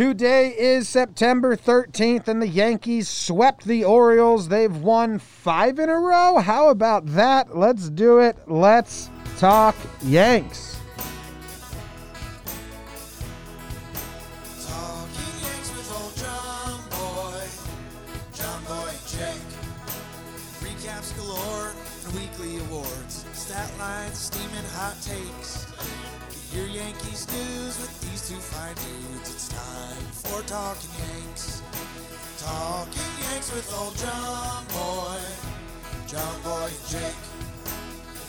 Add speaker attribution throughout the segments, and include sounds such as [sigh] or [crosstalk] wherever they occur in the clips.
Speaker 1: Today is September 13th, and the Yankees swept the Orioles. They've won five in a row. How about that? Let's do it. Let's talk Yanks.
Speaker 2: Talking Yanks with old John Boy, John Boy and Jake. Recaps galore and weekly awards, stat lines, steaming hot takes. Get your Yankees news with these two fine dudes. It's time for Talking Yanks. Talking Yanks with old John Boy, John Boy and Jake.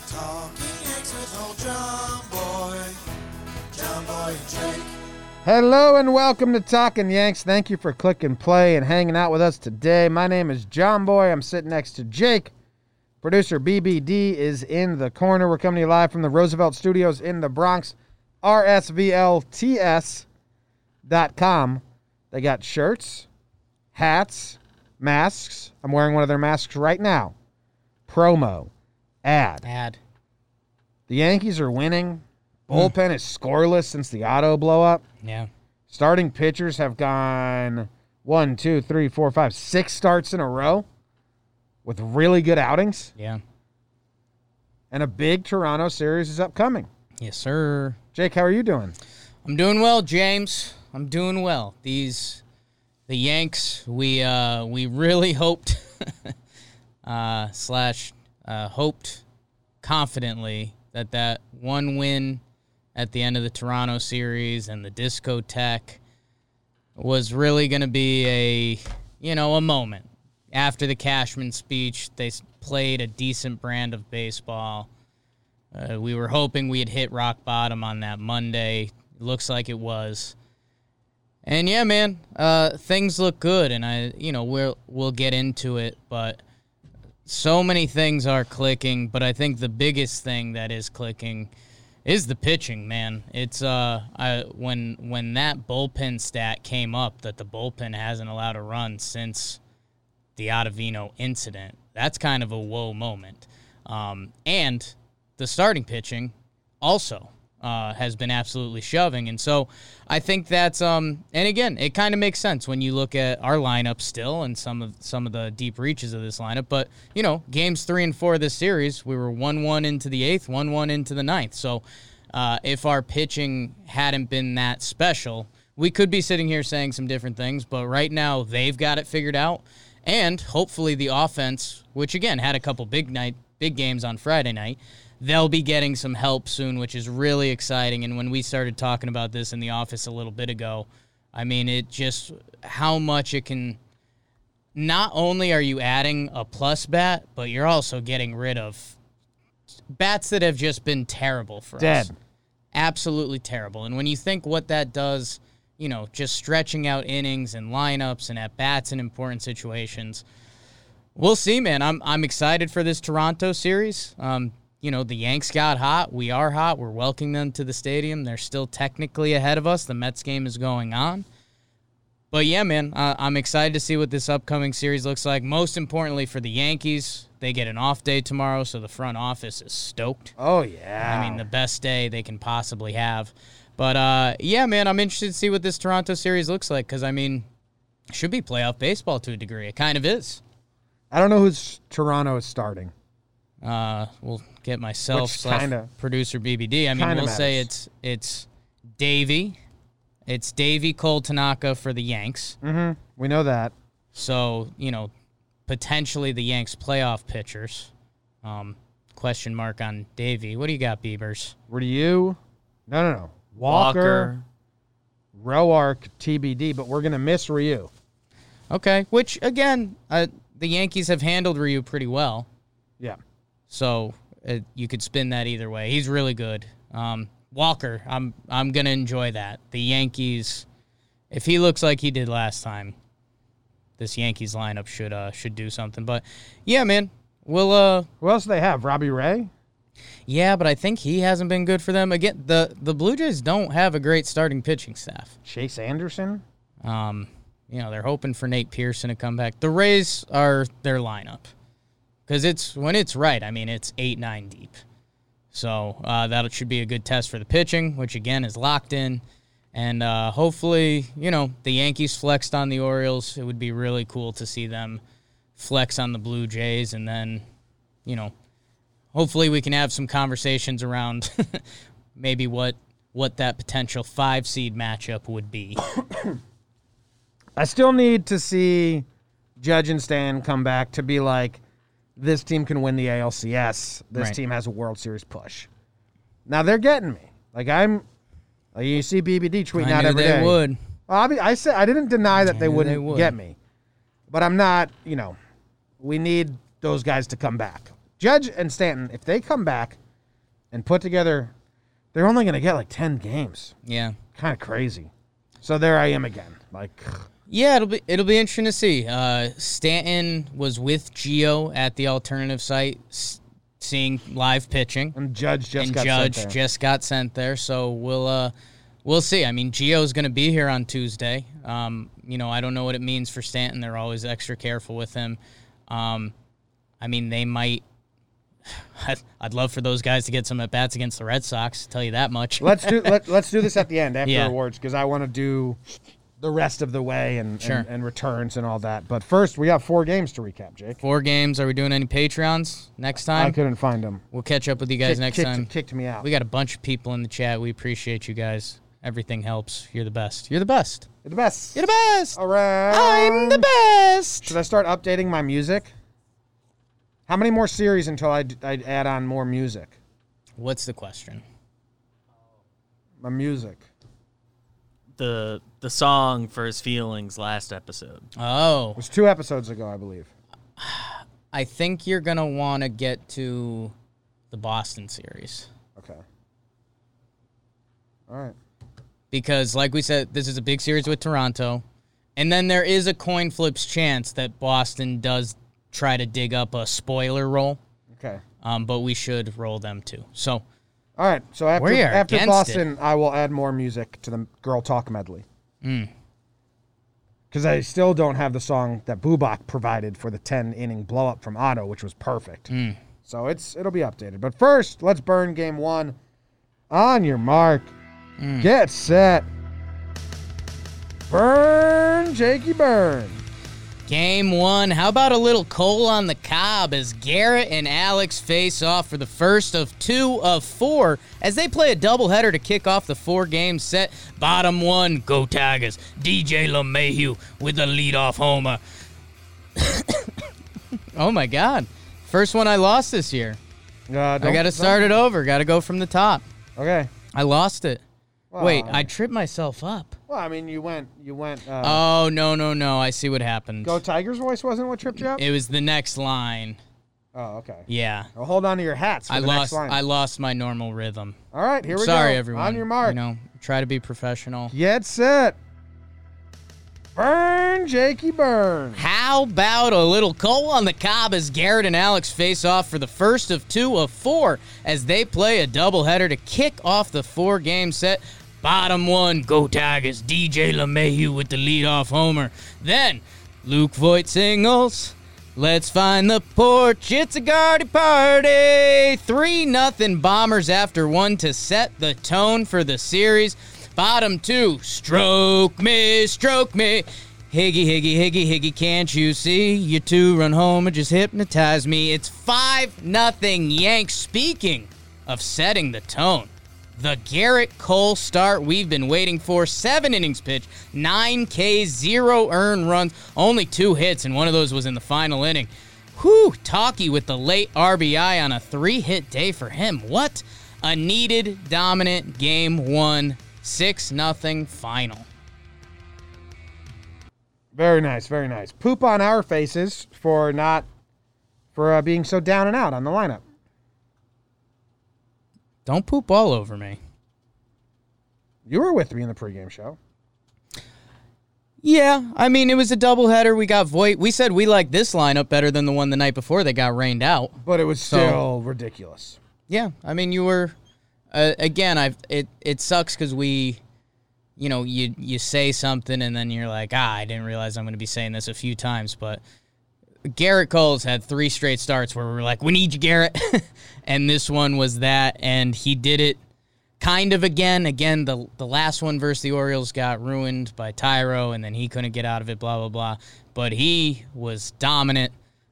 Speaker 2: Talking Yanks with old John Boy, John Boy and Jake.
Speaker 1: Hello and welcome to Talking Yanks. Thank you for clicking play and hanging out with us today. My name is John Boy. I'm sitting next to Jake. Producer BBD is in the corner. We're coming to you live from the Roosevelt Studios in the Bronx, rsvlts.com. They got shirts, hats, masks. I'm wearing one of their masks right now. Promo, ad.
Speaker 3: Bad.
Speaker 1: The Yankees are winning. Bullpen is scoreless since the auto blow up.
Speaker 3: Yeah.
Speaker 1: Starting pitchers have gone one, two, three, four, five, six starts in a row with really good outings,
Speaker 3: Yeah.
Speaker 1: and a big Toronto series is upcoming.
Speaker 3: Yes, sir.
Speaker 1: Jake, how are you doing?
Speaker 3: I'm doing well, James. I'm doing well. These the Yanks, we uh we really [laughs] hoped uh slash uh hoped confidently that that one win at the end of the Toronto series and the discotheque was really going to be a you know a moment after the Cashman speech. They s- played a decent brand of baseball. Uh, we were hoping we had hit rock bottom on that Monday. Looks like it was. And yeah, man, uh, things look good, and I, you know, we'll we'll get into it, but so many things are clicking. But I think the biggest thing that is clicking is the pitching, man. It's uh, I, when when that bullpen stat came up that the bullpen hasn't allowed a run since the Ottavino incident. That's kind of a whoa moment. Um, and the starting pitching also uh, has been absolutely shoving. And so I think that's, um, and again, it kind of makes sense when you look at our lineup still and some of some of the deep reaches of this lineup. But, you know, games three and four of this series, we were 1 1 into the eighth, 1 1 into the ninth. So uh, if our pitching hadn't been that special, we could be sitting here saying some different things, but right now they've got it figured out. And hopefully the offense, which again had a couple big night big games on Friday night, they'll be getting some help soon, which is really exciting. And when we started talking about this in the office a little bit ago, I mean it just how much it can not only are you adding a plus bat, but you're also getting rid of bats that have just been terrible for us
Speaker 1: Dead.
Speaker 3: absolutely terrible. And when you think what that does, you know, just stretching out innings and lineups and at bats in important situations, we'll see, man. I'm I'm excited for this Toronto series. Um, you know, the Yanks got hot. We are hot. We're welcoming them to the stadium. They're still technically ahead of us. The Mets game is going on. But yeah, man, uh, I'm excited to see what this upcoming series looks like. Most importantly for the Yankees, they get an off day tomorrow, so the front office is stoked.
Speaker 1: Oh yeah.
Speaker 3: I mean, the best day they can possibly have. But uh, yeah, man, I'm interested to see what this Toronto series looks like because I mean, it should be playoff baseball to a degree. It kind of is.
Speaker 1: I don't know who's Toronto is starting.
Speaker 3: Uh, we'll get myself
Speaker 1: Which
Speaker 3: slash
Speaker 1: kinda-
Speaker 3: producer BBD. I mean,
Speaker 1: kinda
Speaker 3: we'll say
Speaker 1: matters.
Speaker 3: it's it's Davy, it's Davy Cole Tanaka for the Yanks.
Speaker 1: We know that.
Speaker 3: So you know, potentially the Yanks playoff pitchers. Um, question mark on Davy. What do you got, Beavers?
Speaker 1: Ryu. No, no, no. Walker, Roark, TBD. But we're gonna miss Ryu.
Speaker 3: Okay, which again, uh, the Yankees have handled Ryu pretty well,
Speaker 1: Yeah.
Speaker 3: so uh, you could spin that either way. He's really good. Um, Walker, I'm I'm gonna enjoy that. The Yankees, if he looks like he did last time, this Yankees lineup should uh should do something. But yeah, man, we'll uh
Speaker 1: Who else do they have? Robbie Ray.
Speaker 3: yeah, but I think he hasn't been good for them again. The the Blue Jays don't have a great starting pitching staff.
Speaker 1: Chase Anderson.
Speaker 3: Um, you know, they're hoping for Nate Pearson to come back. The Rays are their lineup because it's when it's right. I mean, it's eight nine deep, so uh, that should be a good test for the pitching, which again is locked in. And uh, hopefully, you know, the Yankees flexed on the Orioles. It would be really cool to see them flex on the Blue Jays. And then, you know, hopefully we can have some conversations around [laughs] maybe what what that potential five seed matchup would be.
Speaker 1: I still need to see Judge and Stan come back to be like, this team can win the ALCS. This
Speaker 3: Right.
Speaker 1: team has a World Series push. Now they're getting me. Like I'm, like you see BBD tweeting
Speaker 3: I
Speaker 1: out
Speaker 3: knew
Speaker 1: every
Speaker 3: they
Speaker 1: day.
Speaker 3: would.
Speaker 1: Well, I, mean, I said I didn't deny that they
Speaker 3: knew
Speaker 1: wouldn't
Speaker 3: they would.
Speaker 1: get me, but I'm not. You know, we need those guys to come back. Judge and Stanton, if they come back and put together, they're only going to get like ten games.
Speaker 3: Yeah.
Speaker 1: Kind of crazy. So there I am again. Like
Speaker 3: Yeah, it'll be it'll be interesting to see. Uh, Stanton was with Geo at the alternative site, s- seeing live pitching,
Speaker 1: and Judge just
Speaker 3: and
Speaker 1: got
Speaker 3: Judge
Speaker 1: sent there.
Speaker 3: just got sent there. So we'll uh, we'll see. I mean, Geo's going to be here on Tuesday. Um, you know, I don't know what it means for Stanton. They're always extra careful with him. Um, I mean, they might. [sighs] I'd, I'd love for those guys to get some at bats against the Red Sox. Tell you that much.
Speaker 1: let's do let, let's do this at the
Speaker 3: [laughs]
Speaker 1: end after
Speaker 3: Yeah.
Speaker 1: awards because I want to do the rest of the way and,
Speaker 3: Sure.
Speaker 1: and and returns and all that. But first, we have four games to recap, Jake.
Speaker 3: Four games. Are we doing any Patreons next
Speaker 1: I
Speaker 3: time?
Speaker 1: couldn't find them.
Speaker 3: We'll catch up with you guys next
Speaker 1: kicked,
Speaker 3: time.
Speaker 1: kicked me out.
Speaker 3: We got a bunch of people in the chat. We appreciate you guys. Everything helps. You're the best. You're the best.
Speaker 1: You're the best.
Speaker 3: You're the best.
Speaker 1: All right.
Speaker 3: I'm the best.
Speaker 1: Should I start updating my music? How many more series until I, d- I add on more music?
Speaker 3: What's the question?
Speaker 1: My music.
Speaker 4: the the song for his feelings last episode.
Speaker 3: Oh,
Speaker 1: It was two episodes ago, I believe.
Speaker 3: I think you're going to want to get to the Boston series
Speaker 1: Okay. All right.
Speaker 3: because, like we said, this is a big series with Toronto. And then there is a coin flips chance that Boston does try to dig up a spoiler roll,
Speaker 1: Okay.
Speaker 3: um, but we should roll them too. So,
Speaker 1: All right. So after
Speaker 3: We are
Speaker 1: after
Speaker 3: against
Speaker 1: Boston, I will add more music to the girl talk medley.
Speaker 3: Mm.
Speaker 1: Because I still don't have the song that Bubak provided for the ten inning blow up from Otto, which was perfect.
Speaker 3: Mm.
Speaker 1: So it's it'll be updated. But first, let's burn game one. On your mark,
Speaker 3: Mm.
Speaker 1: get set, burn, Jakey burn.
Speaker 3: Game one. How about a little coal on the cob as Garrett and Alex face off for the first of two of four as they play a doubleheader to kick off the four game set. Bottom one, go Tigers. DJ LeMahieu with a leadoff homer. [coughs] oh my God. First one I lost this year.
Speaker 1: Uh,
Speaker 3: I
Speaker 1: don't-
Speaker 3: got to start it over. Got to go from the top.
Speaker 1: Okay.
Speaker 3: I lost it. Wait,
Speaker 1: Well,
Speaker 3: I tripped myself up.
Speaker 1: Well, I mean, you went, you went. Uh,
Speaker 3: Oh, no, no, no. I see what happened.
Speaker 1: Go Tigers voice wasn't what tripped you up.
Speaker 3: It was the next line.
Speaker 1: oh, okay.
Speaker 3: Yeah.
Speaker 1: Well, hold on to your hats. For
Speaker 3: I
Speaker 1: the
Speaker 3: lost.
Speaker 1: Next line.
Speaker 3: I lost my normal rhythm.
Speaker 1: All right, here we go.
Speaker 3: Sorry, everyone.
Speaker 1: On your mark.
Speaker 3: You know, try to be professional.
Speaker 1: Get set. Burn, Jakey, burn.
Speaker 3: How about a little coal on the cob as Garrett and Alex face off for the first of two of four as they play a doubleheader to kick off the four-game set. Bottom one, go Tigers. DJ LeMahieu with the leadoff homer. Then Luke Voigt singles. Let's find the porch. It's a garden party. 3 nothing Bombers after one to set the tone for the series. Bottom two. Stroke me, stroke me. Higgy, higgy, higgy, higgy, can't you see? You two run home and just hypnotize me. It's 5 nothing Yanks. Speaking of setting the tone, the Garrett Cole start we've been waiting for. Seven innings pitched, nine Ks, zero earned runs, only two hits, and one of those was in the final inning. Whew, Talkie with the late RBI on a three hit day for him. What a needed, dominant game one, 6 nothing final.
Speaker 1: Very nice, very nice. Poop on our faces for not for uh, being so down and out on the lineup.
Speaker 3: Don't poop all over me.
Speaker 1: You were with me in the pregame show.
Speaker 3: Yeah, I mean, it was a doubleheader. We got Voight. We said we like this lineup better than the one the night before that got rained out.
Speaker 1: But it was still ridiculous.
Speaker 3: Yeah, I mean, you were uh, again. I it it sucks because we, you know, you you say something and then you're like, ah, I didn't realize I'm going to be saying this a few times. But Garrett Cole's had three straight [laughs] starts where we were like, we need you, Garrett, and this one was that, and he did it kind of again. Again, the the last one versus the Orioles got ruined by Tyro, and then he couldn't get out of it. Blah blah blah. But he was dominant.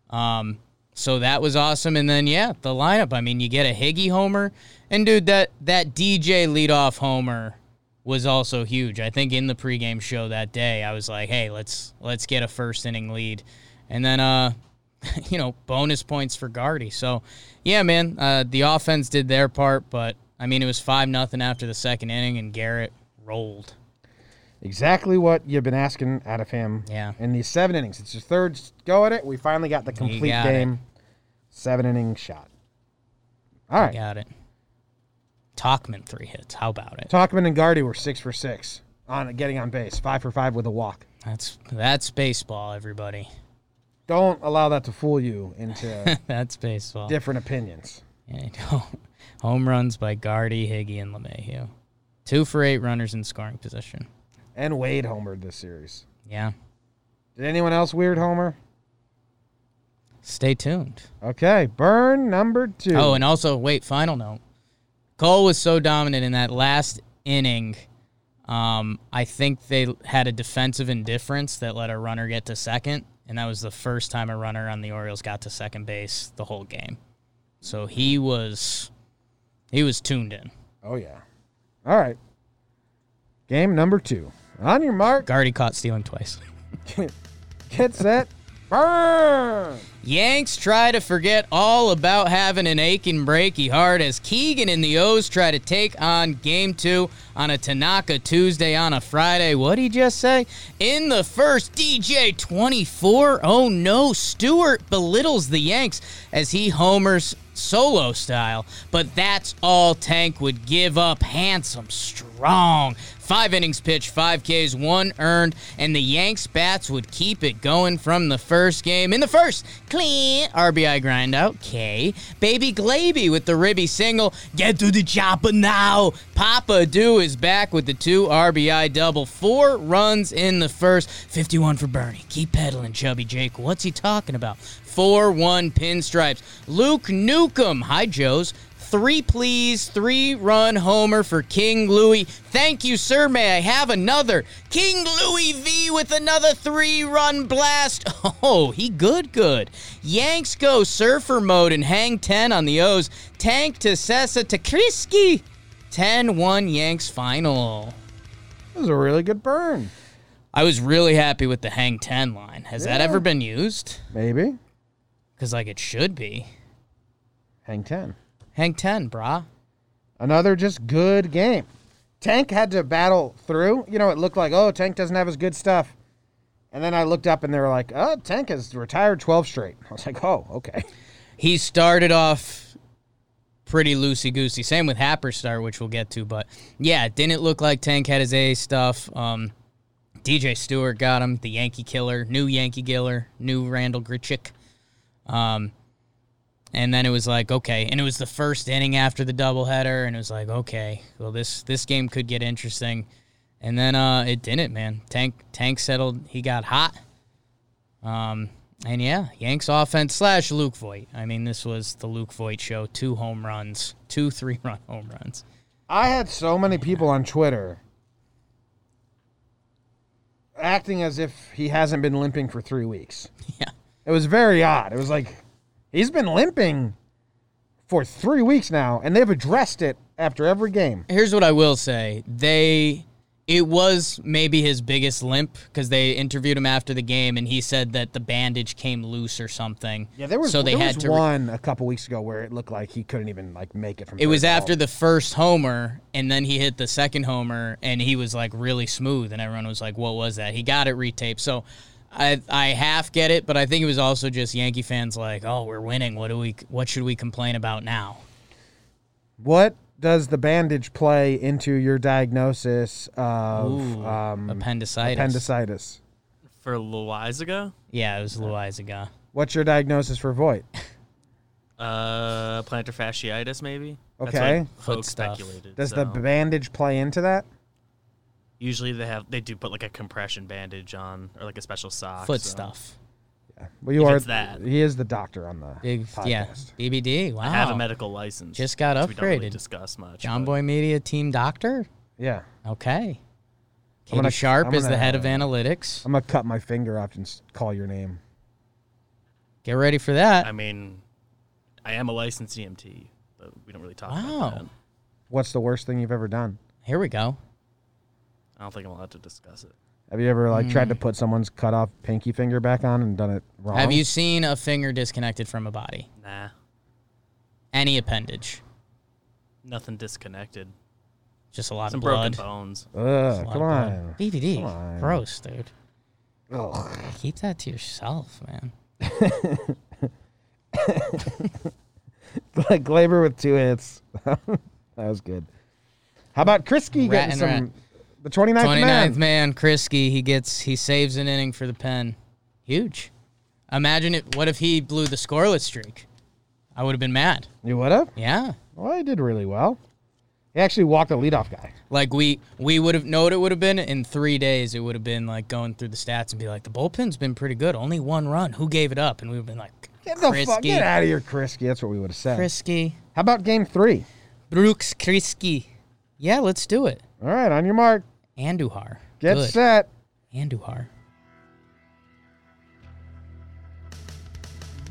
Speaker 3: Um, so that was awesome. And then yeah, the lineup. I mean, you get a Higgy homer, and dude, that that DJ leadoff homer was also huge. I think in the pregame show that day, I was like, hey, let's let's get a first inning lead, and then uh. [laughs] You know, bonus points for Guardy. So, yeah, man, uh, the offense did their part, but I mean, it was five nothing after the second inning, and Garrett rolled.
Speaker 1: Exactly what you've been asking out of him.
Speaker 3: Yeah.
Speaker 1: In these seven innings, it's his third go at it. We finally got the complete
Speaker 3: got
Speaker 1: game, seven inning shot. All right.
Speaker 3: Got it. Talkman three hits. How about it?
Speaker 1: Talkman and Guardy were six for six on getting on base, five for five with a walk.
Speaker 3: That's that's baseball, everybody. [laughs]
Speaker 1: Don't allow that to fool you into
Speaker 3: That's baseball.
Speaker 1: different opinions.
Speaker 3: Yeah, [laughs] I know. Home runs by Guardy, Higgy, and LeMahieu. Two for eight runners in scoring position.
Speaker 1: And Wade homered this series.
Speaker 3: Yeah.
Speaker 1: Did anyone else weird homer?
Speaker 3: Stay tuned.
Speaker 1: Okay, burn number two.
Speaker 3: Oh, and also, wait, final note. Cole was so dominant in that last inning. Um, I think they had a defensive indifference that let a runner get to second, and that was the first time a runner on the Orioles got to second base the whole game. So he was he was tuned in.
Speaker 1: oh yeah. All right. Game number two. On your mark,
Speaker 3: Guardy caught stealing twice. [laughs]
Speaker 1: get set, burn.
Speaker 3: Yanks try to forget all about having an aching breaky heart as Keegan and the O's try to take on game two on a Tanaka Tuesday on a Friday. What'd he just say? In the first, DJ 24. Oh no, Stewart belittles the Yanks as he homers solo style, but that's all Tank would give up. Handsome, strong. Five innings pitched, five Ks, one earned, and the Yanks bats would keep it going from the first game. In the first, clean RBI grind out, K. Baby Glaby with the ribby single, get to the chopper now. Papa Do is back with the two RBI double, four runs in the first, 51 for Bernie. Keep pedaling, Chubby Jake. What's he talking about? 4 1 pinstripes. Luke Newcomb. Hi, Joes. Three, please. Three run homer for King Louis. Thank you, sir. May I have another? King Louis V with another three run blast. [laughs] Oh, he good, good. Yanks go surfer mode and hang 10 on the O's. Tank to Sessa to Kriski. 10 1 Yanks final.
Speaker 1: That was a really good burn.
Speaker 3: I was really happy with the hang 10 line. Has that
Speaker 1: Yeah.
Speaker 3: ever been used?
Speaker 1: Maybe.
Speaker 3: Because, like, it should be.
Speaker 1: Hang 10.
Speaker 3: Hang 10, brah.
Speaker 1: Another just good game. Tank had to battle through. You know, it looked like, oh, Tank doesn't have his good stuff. And then I looked up and they were like, oh, Tank has retired 12 straight. [laughs] I was like, oh, okay.
Speaker 3: he started off pretty loosey goosey. Same with Happerstar, which we'll get to. But yeah, it didn't look like Tank had his A stuff. Um, DJ Stewart got him, the Yankee killer, new Yankee killer, new Randall Grichik. Um, and then it was like, okay, and it was the first inning after the doubleheader, and it was like, okay, well this this game could get interesting. And then uh, it didn't, man. Tank Tank settled. He got hot. Um, and yeah, Yanks offense slash Luke Voigt. I mean, this was the Luke Voigt show. Two home runs, two [laughs] three run home runs.
Speaker 1: I had so many people on Twitter acting as if he hasn't been limping for three weeks.
Speaker 3: Yeah.
Speaker 1: It was very odd. It was like, he's been limping for three weeks now, and they've addressed it after every game.
Speaker 3: Here's what I will say. They it was maybe his biggest limp because they interviewed him after the game and he said that the bandage came loose or something.
Speaker 1: Yeah, there was
Speaker 3: so they
Speaker 1: there
Speaker 3: had
Speaker 1: was
Speaker 3: to re-
Speaker 1: one a couple weeks ago where it looked like he couldn't even like um, make it from.
Speaker 3: It was after
Speaker 1: The-
Speaker 3: the first homer, and then he hit the second homer, and he was like really smooth, and everyone was like, "What was that?" He got it retaped. So, I I half get it, but I think it was also just Yankee fans like, "Oh, we're winning. What do we? What should we complain about now?"
Speaker 1: what does the bandage play into your diagnosis of
Speaker 3: Ooh,
Speaker 1: um,
Speaker 3: appendicitis.
Speaker 1: appendicitis?
Speaker 4: for a little while ago.
Speaker 3: yeah, it was uh, Loizaga.
Speaker 1: What's your diagnosis for
Speaker 3: [laughs]
Speaker 1: Voight?
Speaker 4: Uh, plantar fasciitis, maybe.
Speaker 1: Okay.
Speaker 4: That's what
Speaker 3: Foot
Speaker 4: folks
Speaker 3: stuff.
Speaker 4: speculated.
Speaker 1: Does
Speaker 4: so.
Speaker 1: the bandage play into that? uh,
Speaker 4: usually they have they do put like a compression bandage on or like a special sock.
Speaker 3: Foot
Speaker 4: so.
Speaker 3: stuff.
Speaker 1: Well, you
Speaker 4: If
Speaker 1: are
Speaker 4: it's that.
Speaker 1: He is the doctor on the
Speaker 3: Big,
Speaker 1: podcast.
Speaker 3: yeah, BBD. Wow.
Speaker 4: I have a medical license.
Speaker 3: Oh. Just got
Speaker 4: which We don't really
Speaker 3: upgraded.
Speaker 4: discuss much.
Speaker 3: John
Speaker 4: but-
Speaker 3: Boy Media Team Doctor.
Speaker 1: Yeah.
Speaker 3: Okay. Katie
Speaker 1: gonna-
Speaker 3: Sharp
Speaker 1: I'm
Speaker 3: is the
Speaker 1: gonna-
Speaker 3: head of analytics.
Speaker 1: I'm gonna cut my finger off and s- call your name.
Speaker 3: Get ready for that.
Speaker 4: I mean, I am a licensed EMT, but we don't really talk
Speaker 3: Wow.
Speaker 4: about that.
Speaker 1: What's the worst thing you've ever done?
Speaker 3: Here we go.
Speaker 4: I don't think I'm allowed to discuss it.
Speaker 1: Have you ever like tried to put someone's cut off pinky finger back on and done it wrong?
Speaker 3: Mm. Have you seen a finger disconnected from a body?
Speaker 4: Nah,
Speaker 3: Any appendage?
Speaker 4: nothing disconnected.
Speaker 3: Just a lot
Speaker 4: Some
Speaker 3: of blood.
Speaker 4: broken bones.
Speaker 1: Ugh,
Speaker 3: A lot
Speaker 1: come
Speaker 3: of blood.
Speaker 1: on.
Speaker 3: BBD.
Speaker 1: Come on.
Speaker 3: Gross, dude.
Speaker 1: Ugh.
Speaker 3: Keep that to yourself, man.
Speaker 1: [laughs] like Glaber with two hits. [laughs] that was good. How about Krisky
Speaker 3: Rat
Speaker 1: getting
Speaker 3: and
Speaker 1: some
Speaker 3: rat.
Speaker 1: the 29th,
Speaker 3: 29th
Speaker 1: man?
Speaker 3: man. Krisky, he gets he saves an inning for the pen. Huge. Imagine it what if he blew the scoreless streak? I would have been mad.
Speaker 1: You would have?
Speaker 3: Yeah.
Speaker 1: Well, he did really well. He actually walked a leadoff guy.
Speaker 3: Like we we would have know what it would have been in three days. It would have been like going through the stats and be like, the bullpen's been pretty good. Only one run. Who gave it up? And we've been like,
Speaker 1: Get the fuck
Speaker 3: Krisky,
Speaker 1: get out of here, Krisky. That's what we would have said.
Speaker 3: Krisky,
Speaker 1: How about game three?
Speaker 3: Brooks Krisky. Yeah, let's do it.
Speaker 1: All right, on your mark,
Speaker 3: Andujar.
Speaker 1: get
Speaker 3: good.
Speaker 1: set.
Speaker 3: Andujar.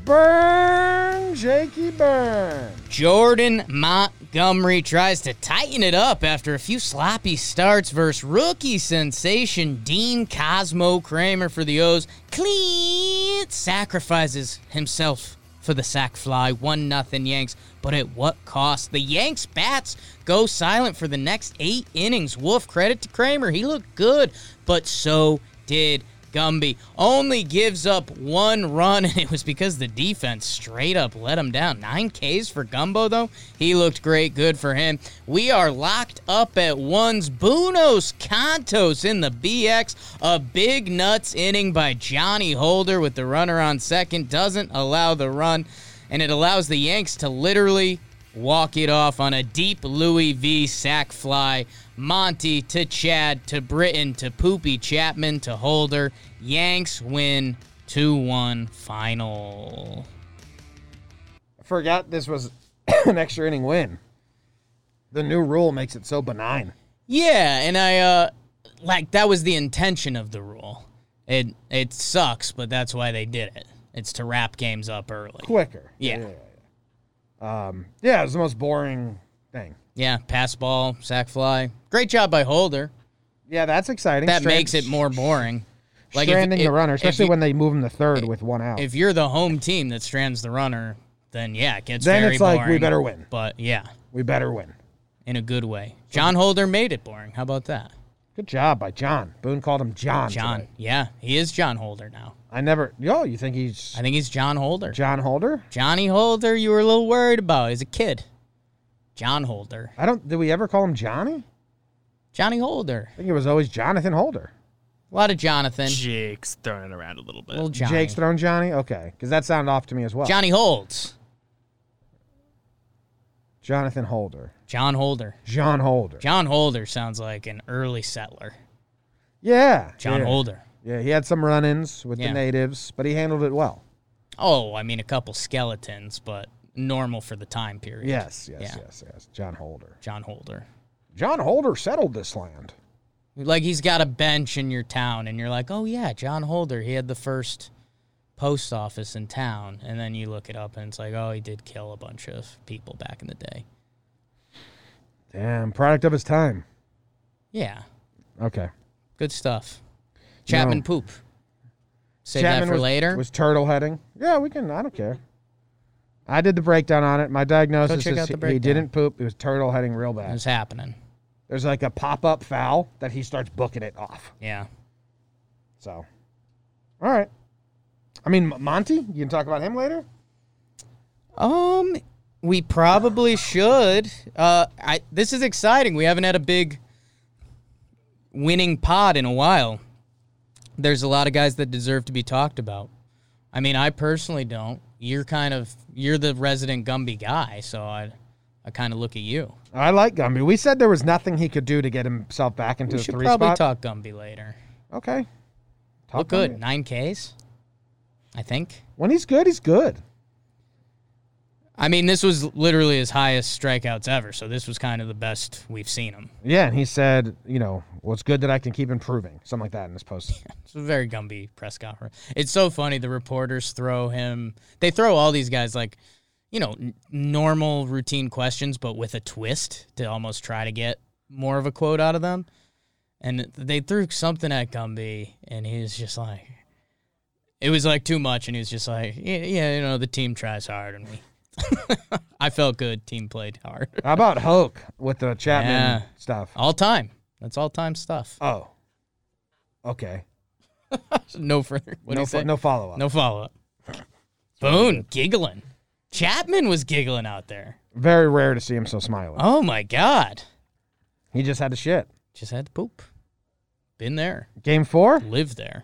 Speaker 1: Burn, Jakey, burn.
Speaker 3: Jordan Montgomery tries to tighten it up after a few sloppy starts versus rookie sensation Dean Cosmo Kramer for the O's. Cleat sacrifices himself for the sac fly. 1 nothing Yanks, but at what cost? The Yanks bats go silent for the next eight innings. Wolf, credit to Kramer. He looked good, but so did Gumby only gives up one run, [laughs] and it was because the defense straight up let him down. Nine Ks for Gumbo, though. He looked great. Good for him. We are locked up at ones. Bunos Cantos in the BX. A big nuts inning by Johnny Holder with the runner on second. Doesn't allow the run, and it allows the Yanks to literally walk it off on a deep Louis V sack fly. Monty to Chad to Britain to Poopy Chapman to Holder. Yanks win 2 1 final.
Speaker 1: I forgot this was [coughs] an extra inning win. The new rule makes it so benign.
Speaker 3: Yeah, and I, uh, like, that was the intention of the rule. It, it sucks, but that's why they did it. It's to wrap games up early.
Speaker 1: Quicker.
Speaker 3: Yeah.
Speaker 1: yeah. Um, yeah, it was the most boring thing.
Speaker 3: Yeah, pass ball, sack fly. Great job by Holder.
Speaker 1: Yeah, that's exciting.
Speaker 3: That
Speaker 1: Strand-
Speaker 3: makes it more boring. if-
Speaker 1: stranding the
Speaker 3: if-
Speaker 1: runner,
Speaker 3: if
Speaker 1: especially
Speaker 3: you-
Speaker 1: when they move him to third with one out.
Speaker 3: if you're the home team that strands the runner, then yeah, it gets
Speaker 1: Then
Speaker 3: very
Speaker 1: it's like, we
Speaker 3: boring,
Speaker 1: better win.
Speaker 3: But yeah,
Speaker 1: we better win.
Speaker 3: in a good way. John Holder made it boring. How about that?
Speaker 1: Good job by John. Boone called him John.
Speaker 3: John.
Speaker 1: today.
Speaker 3: Yeah, he is John Holder now.
Speaker 1: I never. Yo, you think he's
Speaker 3: I think he's John Holder.
Speaker 1: John Holder?
Speaker 3: Johnny Holder, you were a little worried about as a kid. John Holder.
Speaker 1: I don't. Did we ever call him Johnny?
Speaker 3: Johnny Holder.
Speaker 1: I think it was always Jonathan Holder.
Speaker 3: A lot of Jonathan.
Speaker 4: Jake's throwing it around a little bit.
Speaker 3: Little Johnny.
Speaker 1: Jake's thrown Johnny. Okay, because that sounded off to me as well.
Speaker 3: Johnny Holds.
Speaker 1: Jonathan Holder.
Speaker 3: John Holder.
Speaker 1: John Holder.
Speaker 3: John Holder sounds like an early settler.
Speaker 1: yeah.
Speaker 3: John
Speaker 1: yeah.
Speaker 3: Holder.
Speaker 1: Yeah, he had some run-ins with
Speaker 3: Yeah.
Speaker 1: the natives, but he handled it well.
Speaker 3: Oh, I mean a couple skeletons, but normal for the time period.
Speaker 1: Yes, yes,
Speaker 3: Yeah.
Speaker 1: yes, yes. John Holder.
Speaker 3: John Holder.
Speaker 1: John Holder settled this land.
Speaker 3: Like he's got a bench in your town, and you're like, oh yeah, John Holder. He had the first post office in town, and then you look it up, and it's like, oh, he did kill a bunch of people back in the day.
Speaker 1: Damn, product of his time.
Speaker 3: Yeah,
Speaker 1: Okay.
Speaker 3: good stuff. Chapman
Speaker 1: No.
Speaker 3: poop. Save that
Speaker 1: Chapman
Speaker 3: for
Speaker 1: was,
Speaker 3: later.
Speaker 1: Was turtle heading? Yeah, we can. I don't care. I did the breakdown on it. My diagnosis
Speaker 3: check
Speaker 1: is
Speaker 3: out
Speaker 1: he-
Speaker 3: the
Speaker 1: he
Speaker 3: breakdown.
Speaker 1: didn't poop. He was turtle heading real
Speaker 3: it
Speaker 1: bad.
Speaker 3: was happening.
Speaker 1: There's like a pop up foul that he starts booking it off.
Speaker 3: Yeah.
Speaker 1: So, all right. I mean, M- Monty, you can talk about him later.
Speaker 3: Um, we probably should. Uh, I this is exciting. We haven't had a big winning pod in a while. There's a lot of guys that deserve to be talked about. I mean, I personally don't. You're kind of you're the resident Gumby guy, so I I kind of look at you.
Speaker 1: I like Gumby. We said there was nothing he could do to get himself back into
Speaker 3: We
Speaker 1: the
Speaker 3: should
Speaker 1: three
Speaker 3: probably
Speaker 1: spot.
Speaker 3: talk Gumby later.
Speaker 1: Okay. Talk
Speaker 3: Look good.
Speaker 1: Gumby.
Speaker 3: Nine Ks. I think.
Speaker 1: When he's good, he's good.
Speaker 3: I mean, this was literally his highest strikeouts ever, so this was kind of the best we've seen him.
Speaker 1: Yeah, and he said, you know, well, it's good that I can keep improving, something like that in his
Speaker 3: [laughs]
Speaker 1: post.
Speaker 3: It's a very Gumby press conference. It's so funny. The reporters throw him. They throw all these guys like, you know, n- normal routine questions, but with a twist to almost try to get more of a quote out of them. And they threw something at Gumby, and he was just like, it was like too much, and he was just like, yeah, yeah you know, the team tries hard, and we. [laughs] I felt good. Team played hard.
Speaker 1: How about Hoke with the Chapman
Speaker 3: Yeah.
Speaker 1: stuff?
Speaker 3: All time. That's all time stuff.
Speaker 1: Oh, okay.
Speaker 3: No further. What
Speaker 1: no, fo- no follow up.
Speaker 3: No follow [laughs] up. Boone giggling. Chapman was giggling out there.
Speaker 1: Very rare to see him so smiling.
Speaker 3: Oh my God.
Speaker 1: He just had to shit.
Speaker 3: Just had to poop. Been there.
Speaker 1: Game four?
Speaker 3: Lived there.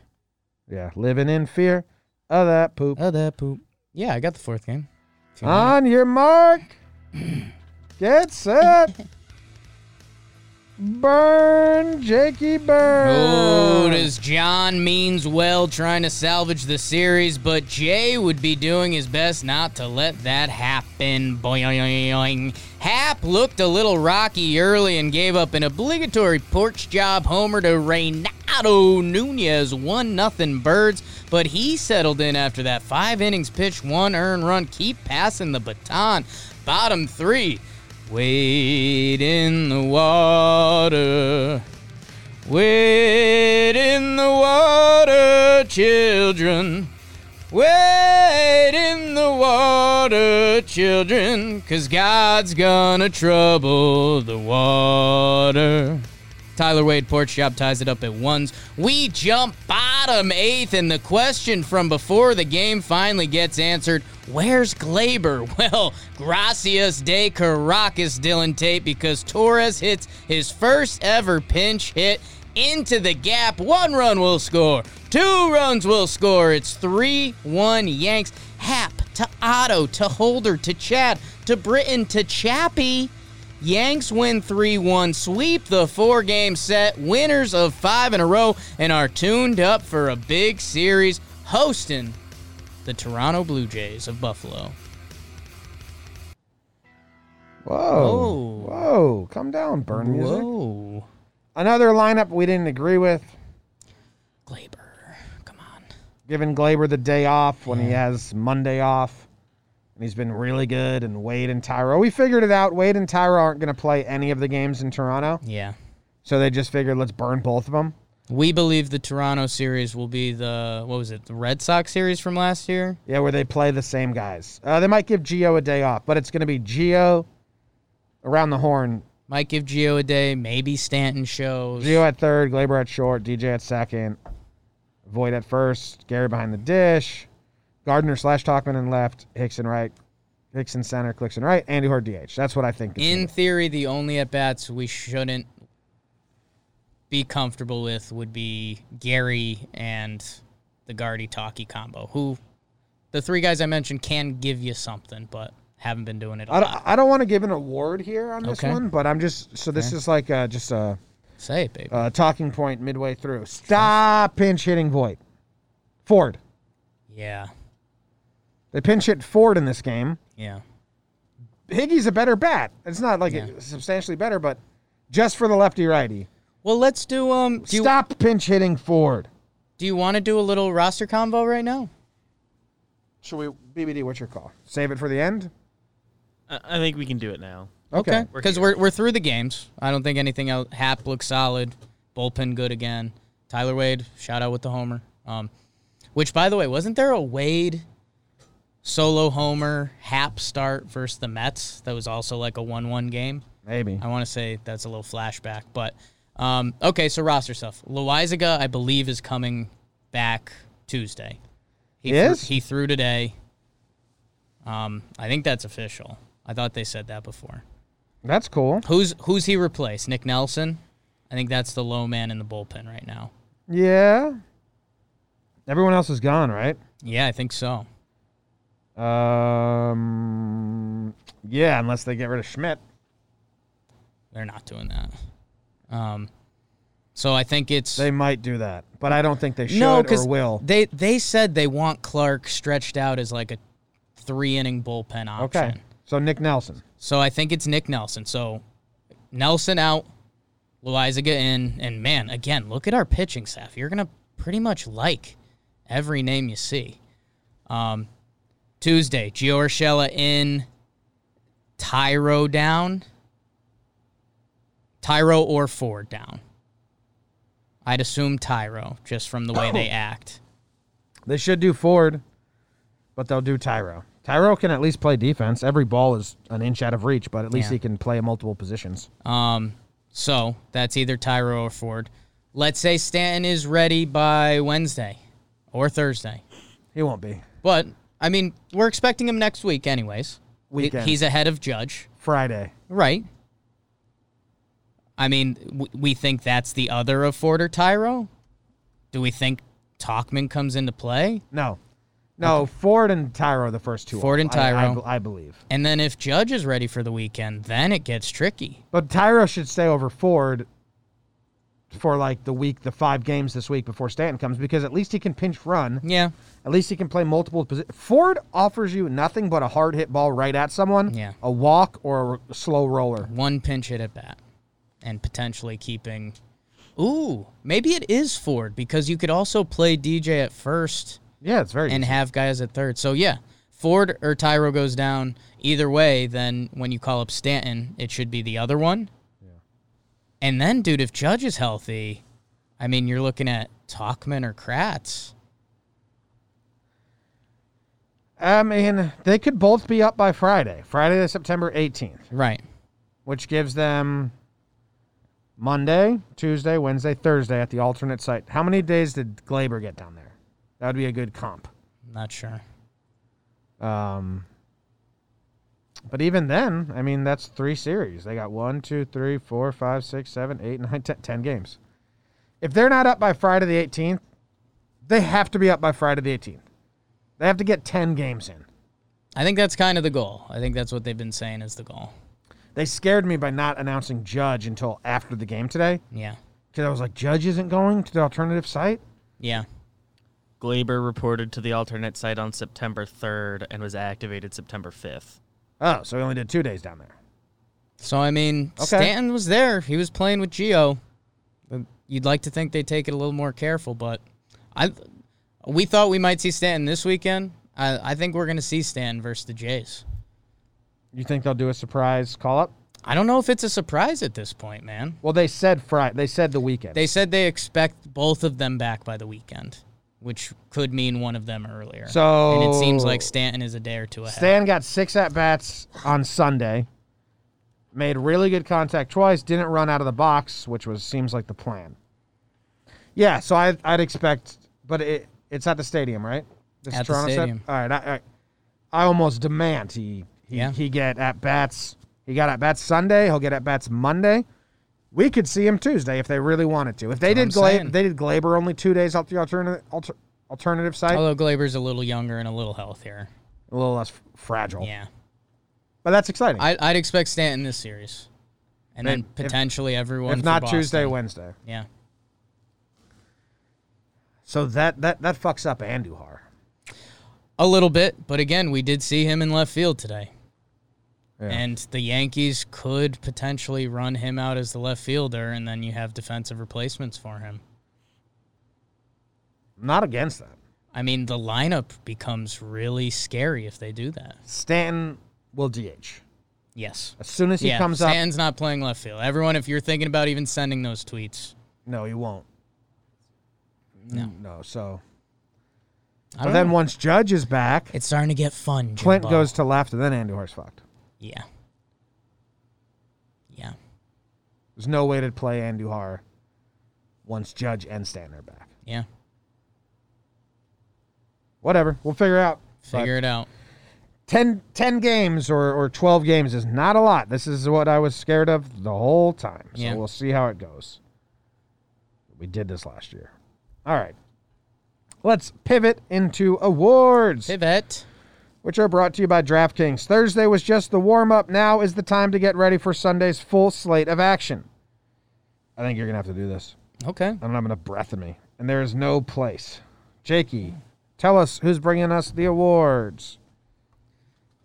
Speaker 1: Yeah, living in fear of that poop.
Speaker 3: Oh, that poop. Ah, Yeah, I got the fourth game. If you want
Speaker 1: On your mark, get set, burn, Jakey,
Speaker 3: it. Oh,
Speaker 1: burn.
Speaker 3: does John means well trying to salvage the series, but Jay would be doing his best not to let that happen. Boing. Hap looked a little rocky early and gave up an obligatory porch job homer to Reynaldo Nunez, 1 nothing birds, but he settled in after that. Five innings pitch, one earned run, keep passing the baton. Bottom three. Wade in the water. Wade in the water, children. Wait in the water, children, cause God's gonna trouble the water. Tyler Wade Pork Shop ties it up at ones. We jump bottom eighth, and the question from before the game finally gets answered. Where's Glaber? [laughs] Well, gracias de Caracas, Dylan Tate, because Torres hits his first ever pinch hit into the gap. One run will score. Two runs will score. It's 3 1 Yanks. Hap to Otto to Holder to Chad to Britton to Chappie. Yanks win 3 1, sweep the four game set, winners of five in a row, and are tuned up for a big series hosting the Toronto Blue Jays of Buffalo.
Speaker 1: Whoa.
Speaker 3: Whoa.
Speaker 1: Whoa. Come down, burn music.
Speaker 3: Oh. Whoa.
Speaker 1: Another lineup we didn't agree with,
Speaker 3: Glaber, come on.
Speaker 1: giving Glaber the day off when he has Monday off. And he's been really good. And Wade and Tyro. We figured it out. Wade and Tyro aren't going to play any of the games in Toronto.
Speaker 3: Yeah.
Speaker 1: So they just figured let's burn both of them.
Speaker 3: We believe the Toronto series will be the, what was it, the Red Sox series from last year?
Speaker 1: Yeah, where they play the same guys. Uh, they might give Geo a day off, but it's going to be Geo around the horn.
Speaker 3: Might give Gio a day, maybe Stanton shows.
Speaker 1: Geo at third, Glaber at short, DJ at second, Void at first, Gary behind the dish, Gardner slash Talkman in left, Hickson right, Hickson center, Clickson right, Andy Horde DH. That's what I think. it's
Speaker 3: In
Speaker 1: gonna
Speaker 3: theory, the only at bats we shouldn't be comfortable with would be Gary and the Guardy Talkie combo, who the three guys I mentioned can give you something, but haven't been doing it a
Speaker 1: be. I
Speaker 3: lot.
Speaker 1: don't, I don't want to give an award here on this
Speaker 3: Okay.
Speaker 1: one, but I'm just so this is like uh, just a,
Speaker 3: Say it, baby.
Speaker 1: a talking point midway through. Stop pinch hitting Void. Ford.
Speaker 3: yeah,
Speaker 1: They pinch hit Ford in this game.
Speaker 3: yeah.
Speaker 1: Higgy's a better bat. It's not like
Speaker 3: Yeah.
Speaker 1: it- substantially better, but just for the lefty righty.
Speaker 3: Well, let's do um. Do you,
Speaker 1: Stop pinch hitting Ford.
Speaker 3: do you want to do a little roster combo right now?
Speaker 1: Should we BBD? What's your call? Save it for the end.
Speaker 4: I, I think we can do it now.
Speaker 1: Okay.
Speaker 4: We're
Speaker 3: Because we're, we're through the games. I don't think anything else. Hap looks solid. Bullpen good again. Tyler Wade, shout out with the homer. Um, which, by the way, wasn't there a Wade solo homer Hap start versus the Mets that was also like a 1 1 game?
Speaker 1: Maybe.
Speaker 3: I want to say that's a little flashback, but um, okay. So roster stuff. Loizaga, I believe, is coming back Tuesday. He
Speaker 1: He
Speaker 3: threw-
Speaker 1: is?
Speaker 3: He threw today. Um, I think that's official. I thought they said that before.
Speaker 1: That's cool.
Speaker 3: Who's who's he replaced? Nick Nelson. I think that's the low man in the bullpen right now.
Speaker 1: Yeah. Everyone else is gone, right?
Speaker 3: Yeah, I think so.
Speaker 1: Um. Yeah, unless they get rid of Schmidt.
Speaker 3: They're not doing that. Um, So I think it's
Speaker 1: They might do that, but I don't think they should
Speaker 3: no because
Speaker 1: or will.
Speaker 3: they they said they want Clark stretched out as like a three inning bullpen option.
Speaker 1: okay. So Nick Nelson.
Speaker 3: So I think it's Nick Nelson. So Nelson out, Loizaga in, and man, again, look at our pitching staff. You're gonna pretty much like every name you see. Um, Tuesday, Gio Urshela in, Tyro down, Tyro or Ford down. I'd assume Tyro just from the way they act.
Speaker 1: They should do Ford, but they'll do Tyro. Tyro can at least play defense. Every ball is an inch out of reach, but at least
Speaker 3: Yeah.
Speaker 1: he can play multiple positions.
Speaker 3: Um, so that's either Tyro or Ford. Let's say Stanton is ready by Wednesday or Thursday.
Speaker 1: He won't be.
Speaker 3: But I mean, we're expecting him next week, anyways. He-
Speaker 1: Weekend.
Speaker 3: He's ahead of Judge,
Speaker 1: Friday.
Speaker 3: right? I mean, w- we think that's the other of Ford or Tyro. Do we think Talkman comes into play?
Speaker 1: No. No, Ford and Tyro are the first two.
Speaker 3: Ford and
Speaker 1: I- I
Speaker 3: Tyro.
Speaker 1: be- I, believe.
Speaker 3: And then if Judge is ready for the weekend, then it gets tricky.
Speaker 1: But Tyro should stay over Ford for like the week, the five games this week before Stanton comes because at least he can pinch run.
Speaker 3: Yeah,
Speaker 1: At least he can play multiple positions. Ford offers you nothing but a hard hit ball right at someone,
Speaker 3: Yeah.
Speaker 1: a walk or a slow roller.
Speaker 3: one pinch hit at bat, and potentially keeping. Ooh, maybe it is Ford because you could also play DJ at first.
Speaker 1: Yeah, it's very.
Speaker 3: and have guys at third. So yeah, Ford or Tyro goes down. Either way, then when you call up Stanton, it should be the other one. And then, dude, if Judge is healthy, I mean, you're looking at Talkman or Kratz.
Speaker 1: I mean, they could both be up by Friday, Friday, September 18th,
Speaker 3: Right.
Speaker 1: which gives them Monday, Tuesday, Wednesday, Thursday at the alternate site. How many days did Glaber get down there? That would be a good comp.
Speaker 3: Not sure.
Speaker 1: Um, but even then, I mean, that's three series. They got one, two, three, four, five, six, seven, eight, nine, [laughs] ten, ten games. If they're not up by Friday the 18th, they have to be up by Friday the 18th. They have to get 10 games in.
Speaker 3: I think that's kind of the goal. I think that's what they've been saying is the goal.
Speaker 1: They scared me by not announcing Judge until after the game today
Speaker 3: Yeah.
Speaker 1: because I was like, Judge isn't going to the alternative site.
Speaker 3: Yeah.
Speaker 4: Glaber reported to the alternate site on September 3rd and was activated September 5th.
Speaker 1: Oh, so we only did two days down there.
Speaker 3: So I mean,
Speaker 1: Okay.
Speaker 3: Stanton was there. He was playing with Geo. You'd like to think they take it a little more careful, but I, we thought we might see Stanton this weekend. I, I think we're gonna see Stanton versus the Jays.
Speaker 1: You think they'll do a surprise call up?
Speaker 3: I don't know if it's a surprise at this point, man.
Speaker 1: Well, they said Friday. They said the weekend.
Speaker 3: They said they expect both of them back by the weekend, which could mean one of them earlier.
Speaker 1: So-
Speaker 3: and it seems like Stanton is a day or two ahead.
Speaker 1: Stan got six at bats on Sunday. Made really good contact twice. Didn't run out of the box, which was seems like the plan. Yeah, so I, I'd expect, but it it's at the stadium, right? This
Speaker 3: At the
Speaker 1: set?
Speaker 3: stadium.
Speaker 1: All right, I, I, I almost demand he he,
Speaker 3: Yeah.
Speaker 1: he get at bats. He got at bats Sunday. He'll get at bats Monday. We could see him Tuesday if they really wanted to. If they did
Speaker 3: what I'm
Speaker 1: Gla-
Speaker 3: saying.
Speaker 1: they did Glaber only two days out the alternative alter- alternative site,
Speaker 3: Although Glaber's a little younger and a little healthier.
Speaker 1: a little less f- fragile.
Speaker 3: Yeah.
Speaker 1: But that's exciting.
Speaker 3: I, I'd expect Stanton this series, and then
Speaker 1: If- if-
Speaker 3: potentially everyone.
Speaker 1: if
Speaker 3: for
Speaker 1: not
Speaker 3: Boston.
Speaker 1: Tuesday, Wednesday.
Speaker 3: Yeah,
Speaker 1: So that that that fucks up Andujar.
Speaker 3: a little bit, but again, we did see him in left field today,
Speaker 1: Yeah.
Speaker 3: and the Yankees could potentially run him out as the left fielder, and then you have defensive replacements for him.
Speaker 1: Not against that.
Speaker 3: I mean, the lineup becomes really scary if they do that.
Speaker 1: Stanton will DH
Speaker 3: Yes.
Speaker 1: as soon as he
Speaker 3: yeah,
Speaker 1: comes up.
Speaker 3: Stanton's not playing left field. Everyone, if you're thinking about even sending those tweets,
Speaker 1: No, he won't. Mm,
Speaker 3: No.
Speaker 1: no. So
Speaker 3: I
Speaker 1: but
Speaker 3: don't
Speaker 1: then
Speaker 3: know.
Speaker 1: once Judge is back,
Speaker 3: it's starting to get fun. Jimbo.
Speaker 1: Clint goes to left, and then Andujar's fucked.
Speaker 3: Yeah. Yeah.
Speaker 1: There's no way to play Andujar once Judge and Stanton are back.
Speaker 3: Yeah.
Speaker 1: Whatever, we'll figure it out. But
Speaker 3: Figure it out.
Speaker 1: 10, 10 games or, or 12 games is not a lot. This is what I was scared of the whole time. So
Speaker 3: Yeah.
Speaker 1: we'll see how it goes. We did this last year. All right. Let's pivot into awards,
Speaker 3: Pivot.
Speaker 1: which are brought to you by DraftKings. Thursday was just the warm up. Now is the time to get ready for Sunday's full slate of action. I think you're going to have to do this.
Speaker 3: Okay.
Speaker 1: I don't have enough breath in me. And there is no place. Jakey, tell us who's bringing us the awards.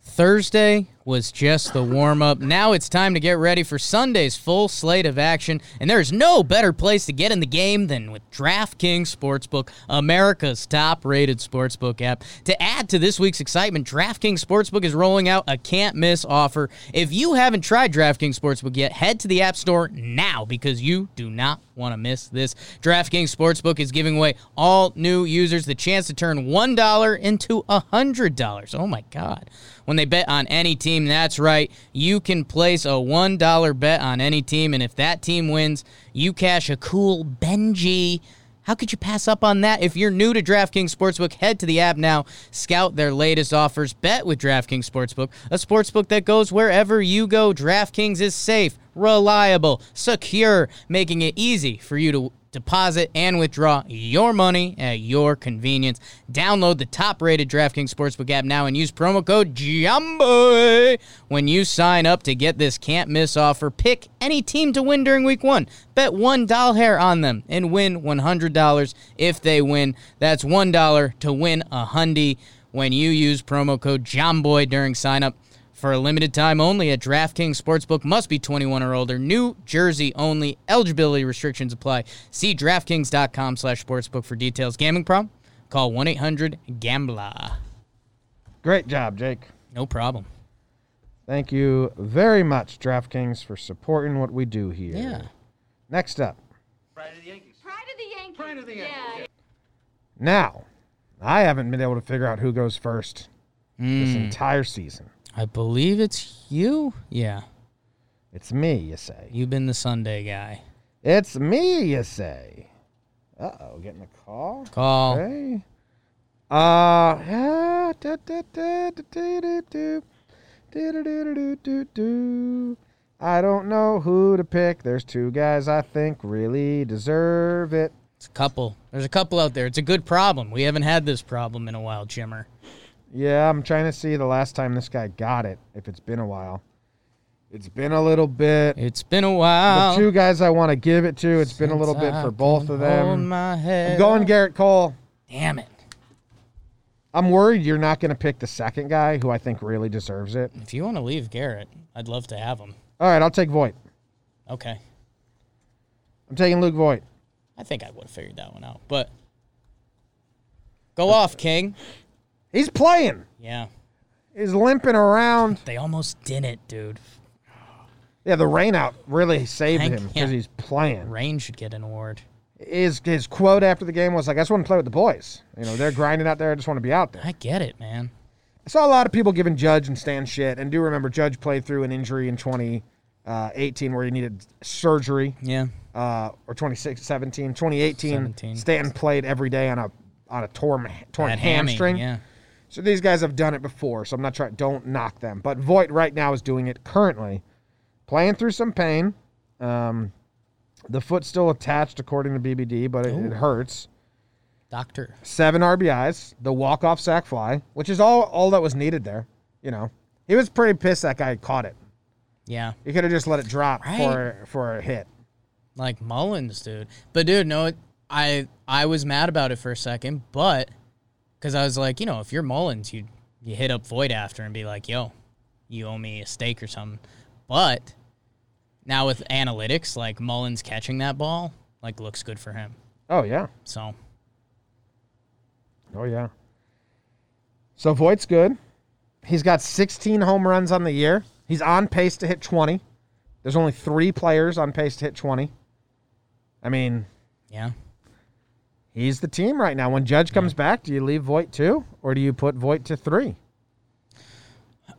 Speaker 3: Thursday was just the warm up. Now it's time to get ready for Sunday's full slate of action, and there's no better place to get in the game than with DraftKings Sportsbook, America's top rated sportsbook app. To add to this week's excitement, DraftKings Sportsbook is rolling out a can't miss offer. If you haven't tried DraftKings Sportsbook yet, head to the App Store now because you do not want to miss this. DraftKings Sportsbook is giving away all new users the chance to turn $1 into $100. Oh my God when they bet on any team. That's right. You can place a $1 bet on any team, and if that team wins, you cash a cool Benji. How could you pass up on that? If you're new to DraftKings Sportsbook, head to the app now, scout their latest offers, bet with DraftKings Sportsbook, a sportsbook that goes wherever you go. DraftKings is safe, reliable, secure, making it easy for you to deposit and withdraw your money at your convenience. Download the top-rated DraftKings Sportsbook app now and use promo code JUMBOY when you sign up to get this can't miss offer. Pick any team to win during week 1. Bet $1 hair on them and win $100 if they win. That's $1 to win a hundy when you use promo code JOMBOY during sign up. For a limited time only at DraftKings Sportsbook must be 21 or older. New Jersey only. Eligibility restrictions apply. See DraftKings.com slash sportsbook for details. Gambling problem? Call 1-800-GAMBLA.
Speaker 1: Great job, Jake.
Speaker 3: No problem.
Speaker 1: Thank you very much, DraftKings, for supporting what we do here.
Speaker 3: Yeah.
Speaker 1: Next up.
Speaker 5: Pride of the Yankees. Pride of the Yankees. Yeah.
Speaker 1: Now, I haven't been able to figure out who goes first this entire season.
Speaker 3: I believe it's you. Yeah.
Speaker 1: It's me, you say.
Speaker 3: You've been the Sunday guy.
Speaker 1: It's me, you say. Uh oh, getting a call.
Speaker 3: Call.
Speaker 1: Okay. Uh, ah, da, da, da, da, da, da, do. Da, da, da, da, do, do, do. I don't know who to pick. There's two guys I think really deserve it.
Speaker 3: It's a couple. There's a couple out there. It's a good problem. We haven't had this problem in a while, Jimmer.
Speaker 1: Yeah, I'm trying to see the last time this guy got it, if it's been a while. It's been a little bit.
Speaker 3: It's been a while.
Speaker 1: the two guys I want to give it to, it's been a little bit
Speaker 3: since
Speaker 1: for
Speaker 3: I
Speaker 1: both
Speaker 3: can
Speaker 1: of
Speaker 3: hold
Speaker 1: them.
Speaker 3: my
Speaker 1: I'm
Speaker 3: head
Speaker 1: going
Speaker 3: up.
Speaker 1: Garrett Cole.
Speaker 3: Damn it.
Speaker 1: I'm worried you're not going to pick the second guy who I think really deserves it.
Speaker 3: If you want to leave Garrett, I'd love to have him.
Speaker 1: All right, I'll take Voight.
Speaker 3: Okay.
Speaker 1: I'm taking Luke Voight.
Speaker 3: I think I would have figured that one out. But go off, King.
Speaker 1: He's playing.
Speaker 3: Yeah.
Speaker 1: He's limping around.
Speaker 3: They almost didn't, dude.
Speaker 1: Yeah, the rainout really saved
Speaker 3: Thank
Speaker 1: him
Speaker 3: you.
Speaker 1: because he's playing.
Speaker 3: Rain should get an award.
Speaker 1: His his quote after the game was like, "I just want to play with the boys. You know, they're grinding out there. I just want to be out there."
Speaker 3: I get it, man.
Speaker 1: I saw a lot of people giving Judge and Stan shit, and do remember Judge played through an injury in 2018 where he needed surgery,
Speaker 3: Yeah.
Speaker 1: uh, or 26, 17, 2018.
Speaker 3: 17.
Speaker 1: Stan played every day on a on a torn torn
Speaker 3: That hammy,
Speaker 1: hamstring.
Speaker 3: Yeah.
Speaker 1: So these guys have done it before, so I'm not trying. Don't knock them. But Voight right now is doing it currently, playing through some pain. Um, the foot's still attached, according to BBD, but it, it hurts.
Speaker 3: Doctor.
Speaker 1: Seven RBIs, the walk-off sack fly, which is all all that was needed there. You know, he was pretty pissed that guy caught it.
Speaker 3: Yeah.
Speaker 1: He could have just let it drop
Speaker 3: Right.
Speaker 1: for for a hit.
Speaker 3: Like Mullins, dude. But dude, no, it- I I was mad about it for a second, but because I was like, you know, if you're Mullins, you you hit up Void after and be like, yo, you owe me a steak or something. But now with analytics, like Mullins catching that ball, like looks good for him.
Speaker 1: Oh yeah,
Speaker 3: So
Speaker 1: oh yeah. So Voight's good. He's got 16 home runs on the year. He's on pace to hit 20. There's only three players on pace to hit 20. I mean,
Speaker 3: yeah,
Speaker 1: he's the team right now. When Judge comes back, do you leave Voight two or do you put Voight to three?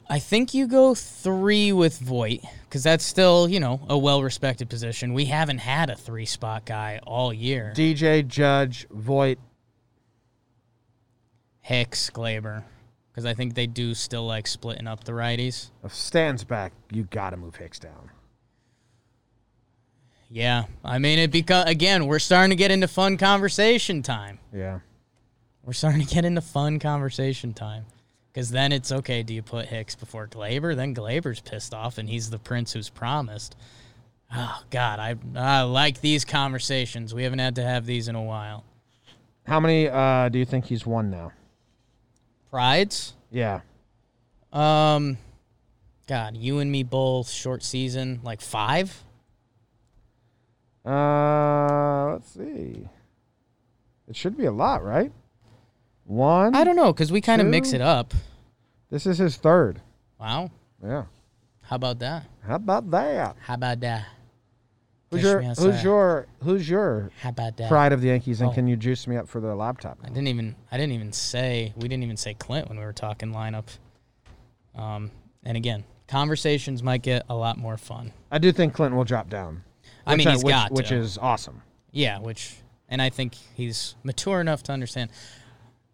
Speaker 3: I think you go three with Voit because that's still you know a well-respected position. We haven't had a three-spot guy all year.
Speaker 1: DJ Judge Voight.
Speaker 3: Hicks, Glaber, because I think they do still like splitting up the righties.
Speaker 1: If Stan's back, you got to move Hicks down.
Speaker 3: Yeah, I mean it because again we're starting to get into fun conversation time.
Speaker 1: Yeah.
Speaker 3: We're starting to get into fun conversation time because then it's okay. Do you put Hicks before Glaber? Then Glaber's pissed off and he's the prince who's promised. Oh God, I I like these conversations. We haven't had to have these in a while.
Speaker 1: How many uh, do you think he's won now?
Speaker 3: Prides.
Speaker 1: Yeah.
Speaker 3: Um, God, you and me both. Short season, like five.
Speaker 1: Uh, let's see. It should be a lot, right? One.
Speaker 3: I don't know because we kind of mix
Speaker 1: Two.
Speaker 3: it up.
Speaker 1: This is his third.
Speaker 3: Wow,
Speaker 1: Yeah.
Speaker 3: how about that?
Speaker 1: How about that?
Speaker 3: How about that?
Speaker 1: Who's
Speaker 3: Catch
Speaker 1: your
Speaker 3: me
Speaker 1: Who's
Speaker 3: outside.
Speaker 1: your Who's your
Speaker 3: How about that?
Speaker 1: pride of the Yankees? And
Speaker 3: Oh.
Speaker 1: can you juice me up for their laptop?
Speaker 3: I didn't even I didn't even say we didn't even say Clint when we were talking lineup. Um, and again, conversations might get a lot more fun.
Speaker 1: I do think Clinton will drop down.
Speaker 3: I mean,
Speaker 1: Which
Speaker 3: he's
Speaker 1: which,
Speaker 3: got
Speaker 1: which
Speaker 3: to.
Speaker 1: is awesome.
Speaker 3: yeah, which and I think he's mature enough to understand.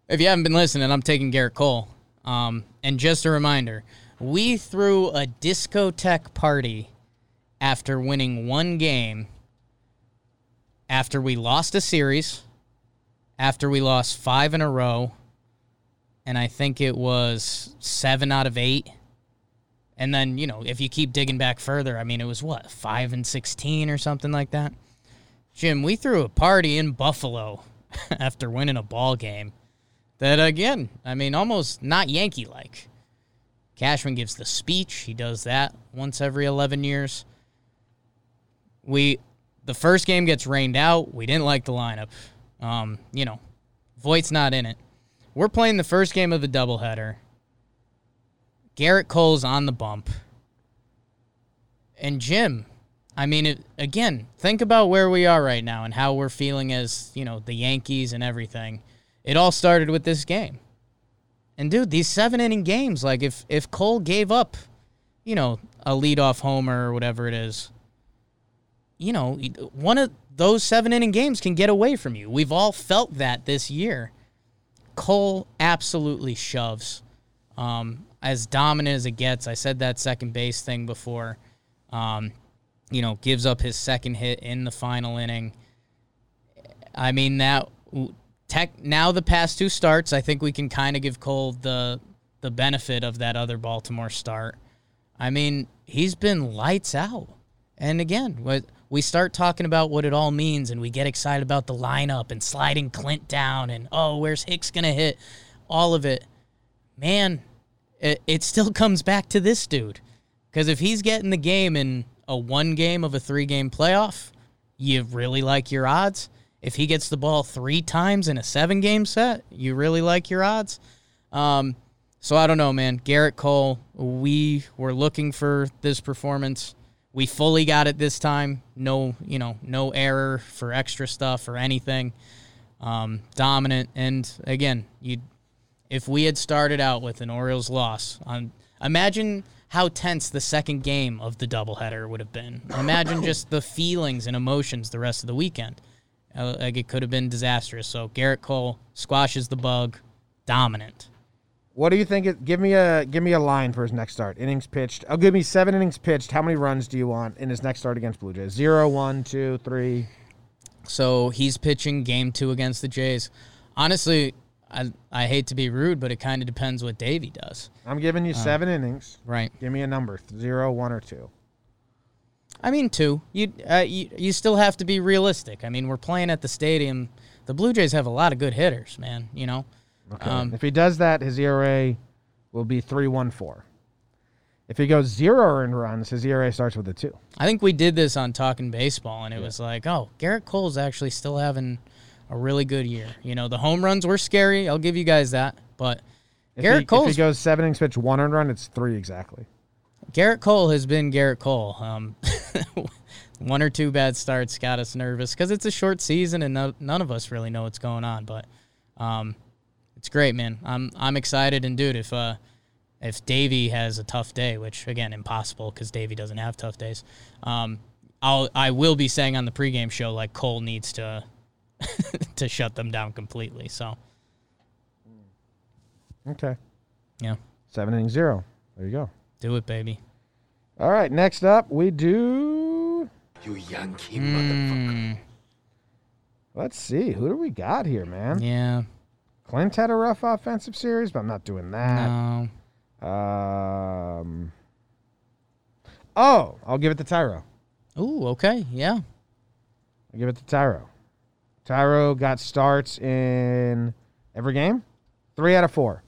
Speaker 3: If you haven't been listening, I'm taking Garrett Cole. Um, and just a reminder, we threw a discotheque party after winning one game. After we lost a series, after we lost five in a row, and I think it was seven out of eight. And then, you know, if you keep digging back further, I mean, it was what, five and 16 or something like that? Jim, we threw a party in Buffalo [laughs] after winning a ball game. That again, I mean, almost not Yankee like. Cashman gives the speech. He does that once every 11 years. We, the first game gets rained out. We didn't like the lineup. Um, you know, Voight's not in it. We're playing the first game of the doubleheader. Garrett Cole's on the bump. And Jim, I mean, it, again, think about where we are right now and how we're feeling as, you know, the Yankees and everything. It all started with this game. And dude, these seven inning games, like if if Cole gave up, you know, a leadoff homer or whatever it is, you know, one of those seven inning games can get away from you. We've all felt that this year. Cole absolutely shoves. Um, as dominant as it gets, I said that second base thing before. Um, you know, gives up his second hit in the final inning. I mean that tech now the past two starts, I think we can kind of give Cole the the benefit of that other Baltimore start. I mean, he's been lights out. And again, what we start talking about what it all means and we get excited about the lineup and sliding Clint down and oh, where's Hicks going to hit? All of it. Man, it, it still [laughs] comes back to this dude. Because if he's getting the game in a one game of a three game playoff, you really like your odds. If he gets the ball three times in a seven game set, you really like your odds. Um, so I don't know, man. Garrett Cole, we were looking for this performance. We fully got it this time. No, you know, no error for extra stuff or anything. Um, dominant, and again, you if we had started out with an Orioles loss on imagine how tense the second game of the doubleheader would have been. Imagine just the feelings and emotions the rest of the weekend. Uh, like it could have been disastrous. So Garrett Cole squashes the bug, dominant.
Speaker 1: What do you think? It, give me a give me a line for his next start. Innings pitched. Oh, give me seven innings pitched. How many runs do you want in his next start against Blue Jays? Zero, one, two, three.
Speaker 3: So he's pitching game two against the Jays. Honestly, I I hate to be rude, but it kind of depends what Davey does,
Speaker 1: I'm giving you seven innings.
Speaker 3: right?
Speaker 1: Give me a number: zero, one, or two.
Speaker 3: I mean, two. You, uh, you you still have to be realistic. I mean, we're playing at the stadium. The Blue Jays have a lot of good hitters, man. You know,
Speaker 1: Okay.
Speaker 3: Um,
Speaker 1: if he does that, his ERA will be three, one, four. If he goes zero earned runs, his ERA starts with a two.
Speaker 3: I think we did this on Talking Baseball, and it was like, oh, Garrett Cole's actually still having a really good year. You know, the home runs were scary. I'll give you guys that, but
Speaker 1: If he,
Speaker 3: Garrett
Speaker 1: If
Speaker 3: Cole's
Speaker 1: he goes seven innings pitched, one earned run, it's three exactly.
Speaker 3: Garrett Cole has been Garrett Cole. Um, [laughs] one or two bad starts got us nervous because it's a short season and no, none of us really know what's going on. But um, it's great, man. I'm I'm excited and dude, if uh, if Davey has a tough day, which again impossible because Davey doesn't have tough days, um, I'll I will be saying on the pregame show like Cole needs to [laughs] to shut them down completely. So
Speaker 1: Okay.
Speaker 3: yeah,
Speaker 1: Seven innings, zero. There you go.
Speaker 3: do it, baby.
Speaker 1: All right. Next up, we do.
Speaker 6: You Yankee motherfucker.
Speaker 1: Let's see. Who do we got here, man?
Speaker 3: Yeah,
Speaker 1: Clint had a rough offensive series, but I'm not doing that.
Speaker 3: no,
Speaker 1: Um. Oh, I'll give it to Tyro.
Speaker 3: Ooh, okay, yeah.
Speaker 1: I give it to Tyro. Tyro got starts in every game, three out of four.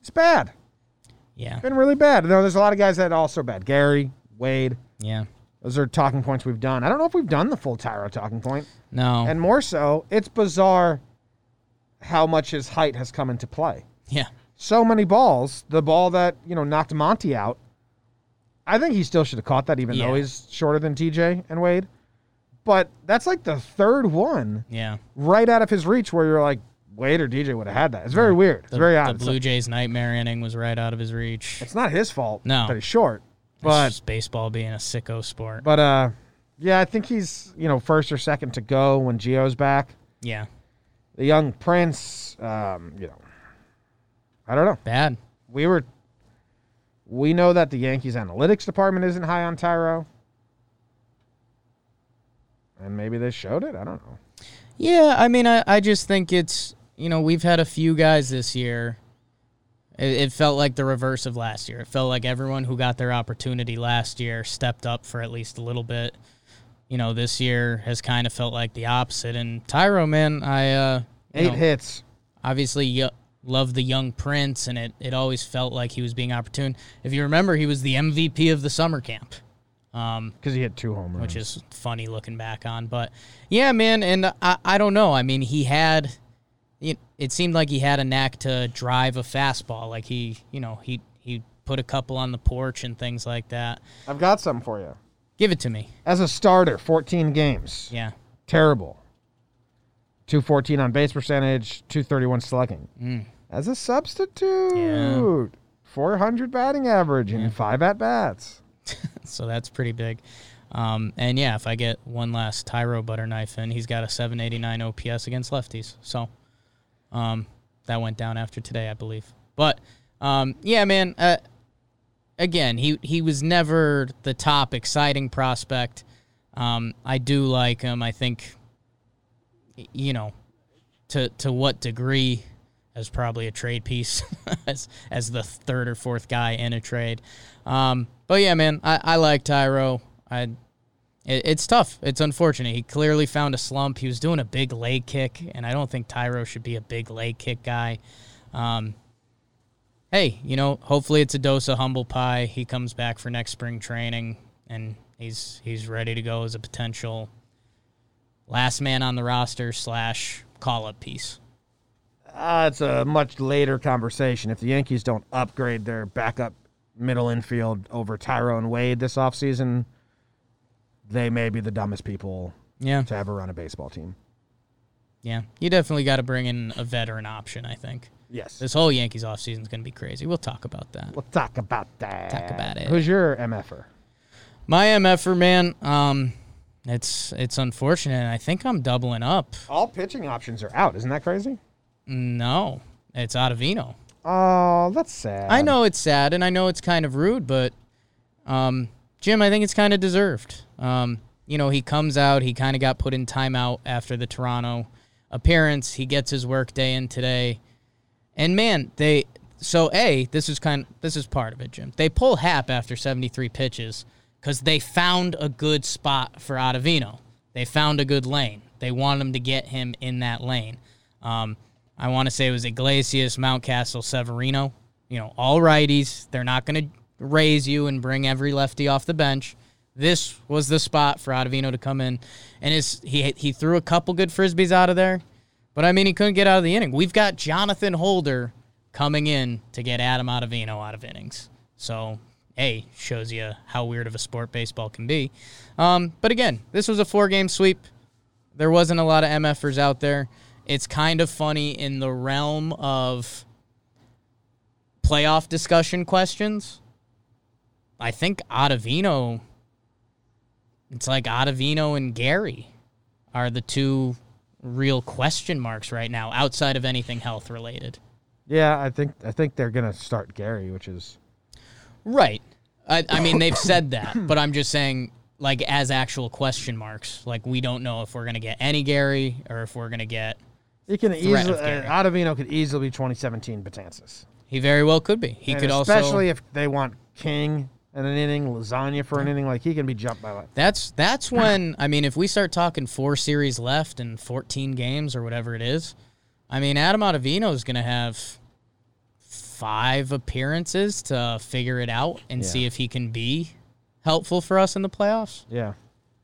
Speaker 1: It's bad.
Speaker 3: Yeah,
Speaker 1: Been really bad. No, there's a lot of guys that are also bad. Gary, Wade.
Speaker 3: yeah.
Speaker 1: Those are talking points we've done. I don't know if we've done the full Tyro talking point.
Speaker 3: No.
Speaker 1: And more so, it's bizarre how much his height has come into play.
Speaker 3: yeah.
Speaker 1: So many balls. The ball that, you know, knocked Monty out. I think he still should have caught that, even though
Speaker 3: Yeah.
Speaker 1: he's shorter than TJ and Wade. But that's like the third one
Speaker 3: Yeah.
Speaker 1: right out of his reach where you're like, Wade or DJ would have had that. It's very weird. It's
Speaker 3: The,
Speaker 1: very
Speaker 3: the
Speaker 1: odd. It's,
Speaker 3: Blue
Speaker 1: like-
Speaker 3: Jays nightmare inning was right out of his reach.
Speaker 1: it's not his fault
Speaker 3: No.
Speaker 1: that he's short.
Speaker 3: It's
Speaker 1: But
Speaker 3: just baseball being a sicko sport.
Speaker 1: but uh yeah, I think he's, you know, first or second to go when Geo's back.
Speaker 3: yeah.
Speaker 1: The young prince, um, you know. I don't know.
Speaker 3: Bad.
Speaker 1: We were we know that the Yankees analytics department isn't high on Tyro. And maybe they showed it. I don't know.
Speaker 3: Yeah, I mean, I, I just think it's, you know, we've had a few guys this year. It, it felt like the reverse of last year. It felt like everyone who got their opportunity last year stepped up for at least a little bit. You know, this year has kind of felt like the opposite. And Tyro, man, I, uh, you
Speaker 1: Eight
Speaker 3: know,
Speaker 1: hits.
Speaker 3: obviously y- loved the young prince, and it, it always felt like he was being opportune. If you remember, he was the MVP of the summer camp. Um,
Speaker 1: Because he hit two home runs.
Speaker 3: which is funny looking back on. But yeah, man, and I, I don't know. I mean, he had it, it seemed like he had a knack to drive a fastball. Like he, you know, he he put a couple on the porch and things like that.
Speaker 1: I've got something for you.
Speaker 3: Give it to me.
Speaker 1: As a starter, 14 games.
Speaker 3: Yeah.
Speaker 1: Terrible. 214 on base percentage, 231 slugging.
Speaker 3: Mm.
Speaker 1: As a substitute, 400 batting average and five at bats.
Speaker 3: So that's pretty big. Um, and yeah, if I get one last Tyro butter knife in, he's got a 789 OPS against lefties. So um, that went down after today, I believe. But um, yeah, man, uh, again, he, he was never the top exciting prospect. Um, I do like him. I think, y- you know, to, to what degree as probably a trade piece [laughs] as, as the third or fourth guy in a trade. Um, but yeah, man, I, I like Tyro. I it, it's tough. It's unfortunate. He clearly found a slump. He was doing a big leg kick, and I don't think Tyro should be a big leg kick guy. Um, hey, you know, hopefully it's a dose of humble pie. He comes back for next spring training, and he's he's ready to go as a potential last man on the roster slash call up piece.
Speaker 1: Uh, it's a much later conversation. If the Yankees don't upgrade their backup middle infield over Tyrone Wade this offseason, they may be the dumbest people
Speaker 3: Yeah,
Speaker 1: to ever run a baseball team.
Speaker 3: yeah. You definitely got to bring in a veteran option. I think
Speaker 1: Yes.
Speaker 3: this whole Yankees offseason is going to be crazy. We'll talk about that.
Speaker 1: We'll talk about that.
Speaker 3: Talk about it.
Speaker 1: Who's your er? MFer?
Speaker 3: My MFer man, um, it's it's unfortunate. and I think I'm doubling up.
Speaker 1: All pitching options are out. Isn't that crazy?
Speaker 3: No, it's Ottavino.
Speaker 1: Oh, that's sad.
Speaker 3: I know it's sad, and I know it's kind of rude, but um, Jim, I think it's kind of deserved. Um, you know, he comes out. He kind of got put in timeout after the Toronto appearance. He gets his work day in today, and man, they so a this is kind this is part of it, Jim. They pull Hap after 73 pitches because they found a good spot for Ottavino. They found a good lane. They wanted him to get him in that lane. Um, I want to say it was Iglesias, Mountcastle, Severino. You know, all righties. They're not going to raise you and bring every lefty off the bench. This was the spot for Ottavino to come in, and his, he he threw a couple good frisbees out of there, but I mean he couldn't get out of the inning. We've got Jonathan Holder coming in to get Adam Ottavino out of innings. So a shows you how weird of a sport baseball can be. Um, but again, this was a four game sweep. There wasn't a lot of MFers out there. It's kind of funny in the realm of playoff discussion questions. I think Ottavino. It's like Ottavino and Gary are the two real question marks right now, outside of anything health related.
Speaker 1: Yeah, I think I think they're gonna start Gary, which is
Speaker 3: Right. I, I mean, they've said that, but I'm just saying, like, as actual question marks. Like, we don't know if we're going to get any Gary or if we're going to get.
Speaker 1: he can
Speaker 3: Threat
Speaker 1: easily
Speaker 3: of Gary.
Speaker 1: uh, Ottavino could easily be 2017 Batanzas.
Speaker 3: He very well could be. He
Speaker 1: And
Speaker 3: could
Speaker 1: especially
Speaker 3: also.
Speaker 1: if they want King in an inning, Lasagna for an inning. Like he can be jumped by like
Speaker 3: That's that's when I mean, if we start talking four series left and fourteen games or whatever it is, I mean, Adam Ottavino is going to have five appearances to figure it out and see if he can be helpful for us in the playoffs.
Speaker 1: yeah.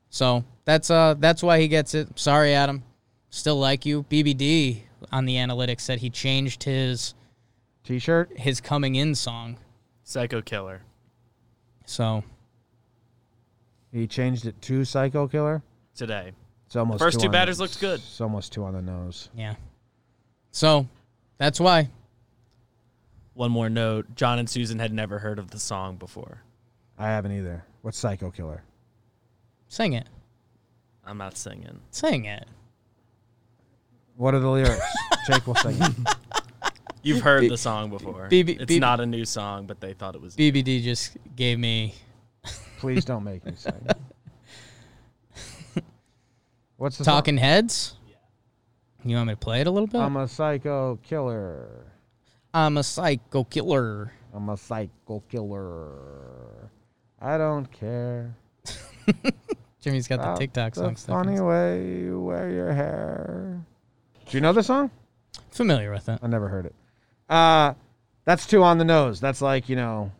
Speaker 3: So that's uh that's why he gets it. Sorry, Adam. Still like you. BBD on the analytics said he changed his
Speaker 1: T-shirt.
Speaker 3: his coming in song.
Speaker 4: Psycho Killer.
Speaker 3: So
Speaker 1: He changed it to Psycho Killer.
Speaker 4: Today.
Speaker 1: It's almost
Speaker 4: First two
Speaker 1: on
Speaker 4: batters
Speaker 1: the,
Speaker 4: looked good.
Speaker 1: It's almost two on the nose.
Speaker 3: yeah. So that's why.
Speaker 4: One more note John and Susan had never heard of the song before.
Speaker 1: I haven't either. What's Psycho Killer?
Speaker 3: Sing it.
Speaker 4: I'm not singing.
Speaker 3: Sing it.
Speaker 1: What are the
Speaker 3: [laughs]
Speaker 1: lyrics? Jake will sing. it.
Speaker 4: You've heard the song before.
Speaker 3: B- B-
Speaker 4: it's
Speaker 3: B-
Speaker 4: not a new song, but they thought it was.
Speaker 3: BBD just gave me
Speaker 1: Please don't make me sing. it. What's the song?
Speaker 3: talking heads. You want me to play it a little bit?
Speaker 1: I'm a psycho killer.
Speaker 3: I'm a psycho killer.
Speaker 1: I'm a psycho killer. I don't care.
Speaker 3: Jimmy's got the
Speaker 1: about
Speaker 3: TikTok
Speaker 1: Oh, the
Speaker 3: song stuff.
Speaker 1: Funny way you wear your hair. Do you know the song?
Speaker 3: Familiar with it.
Speaker 1: I never heard it. Uh, that's too on the nose. That's like you know,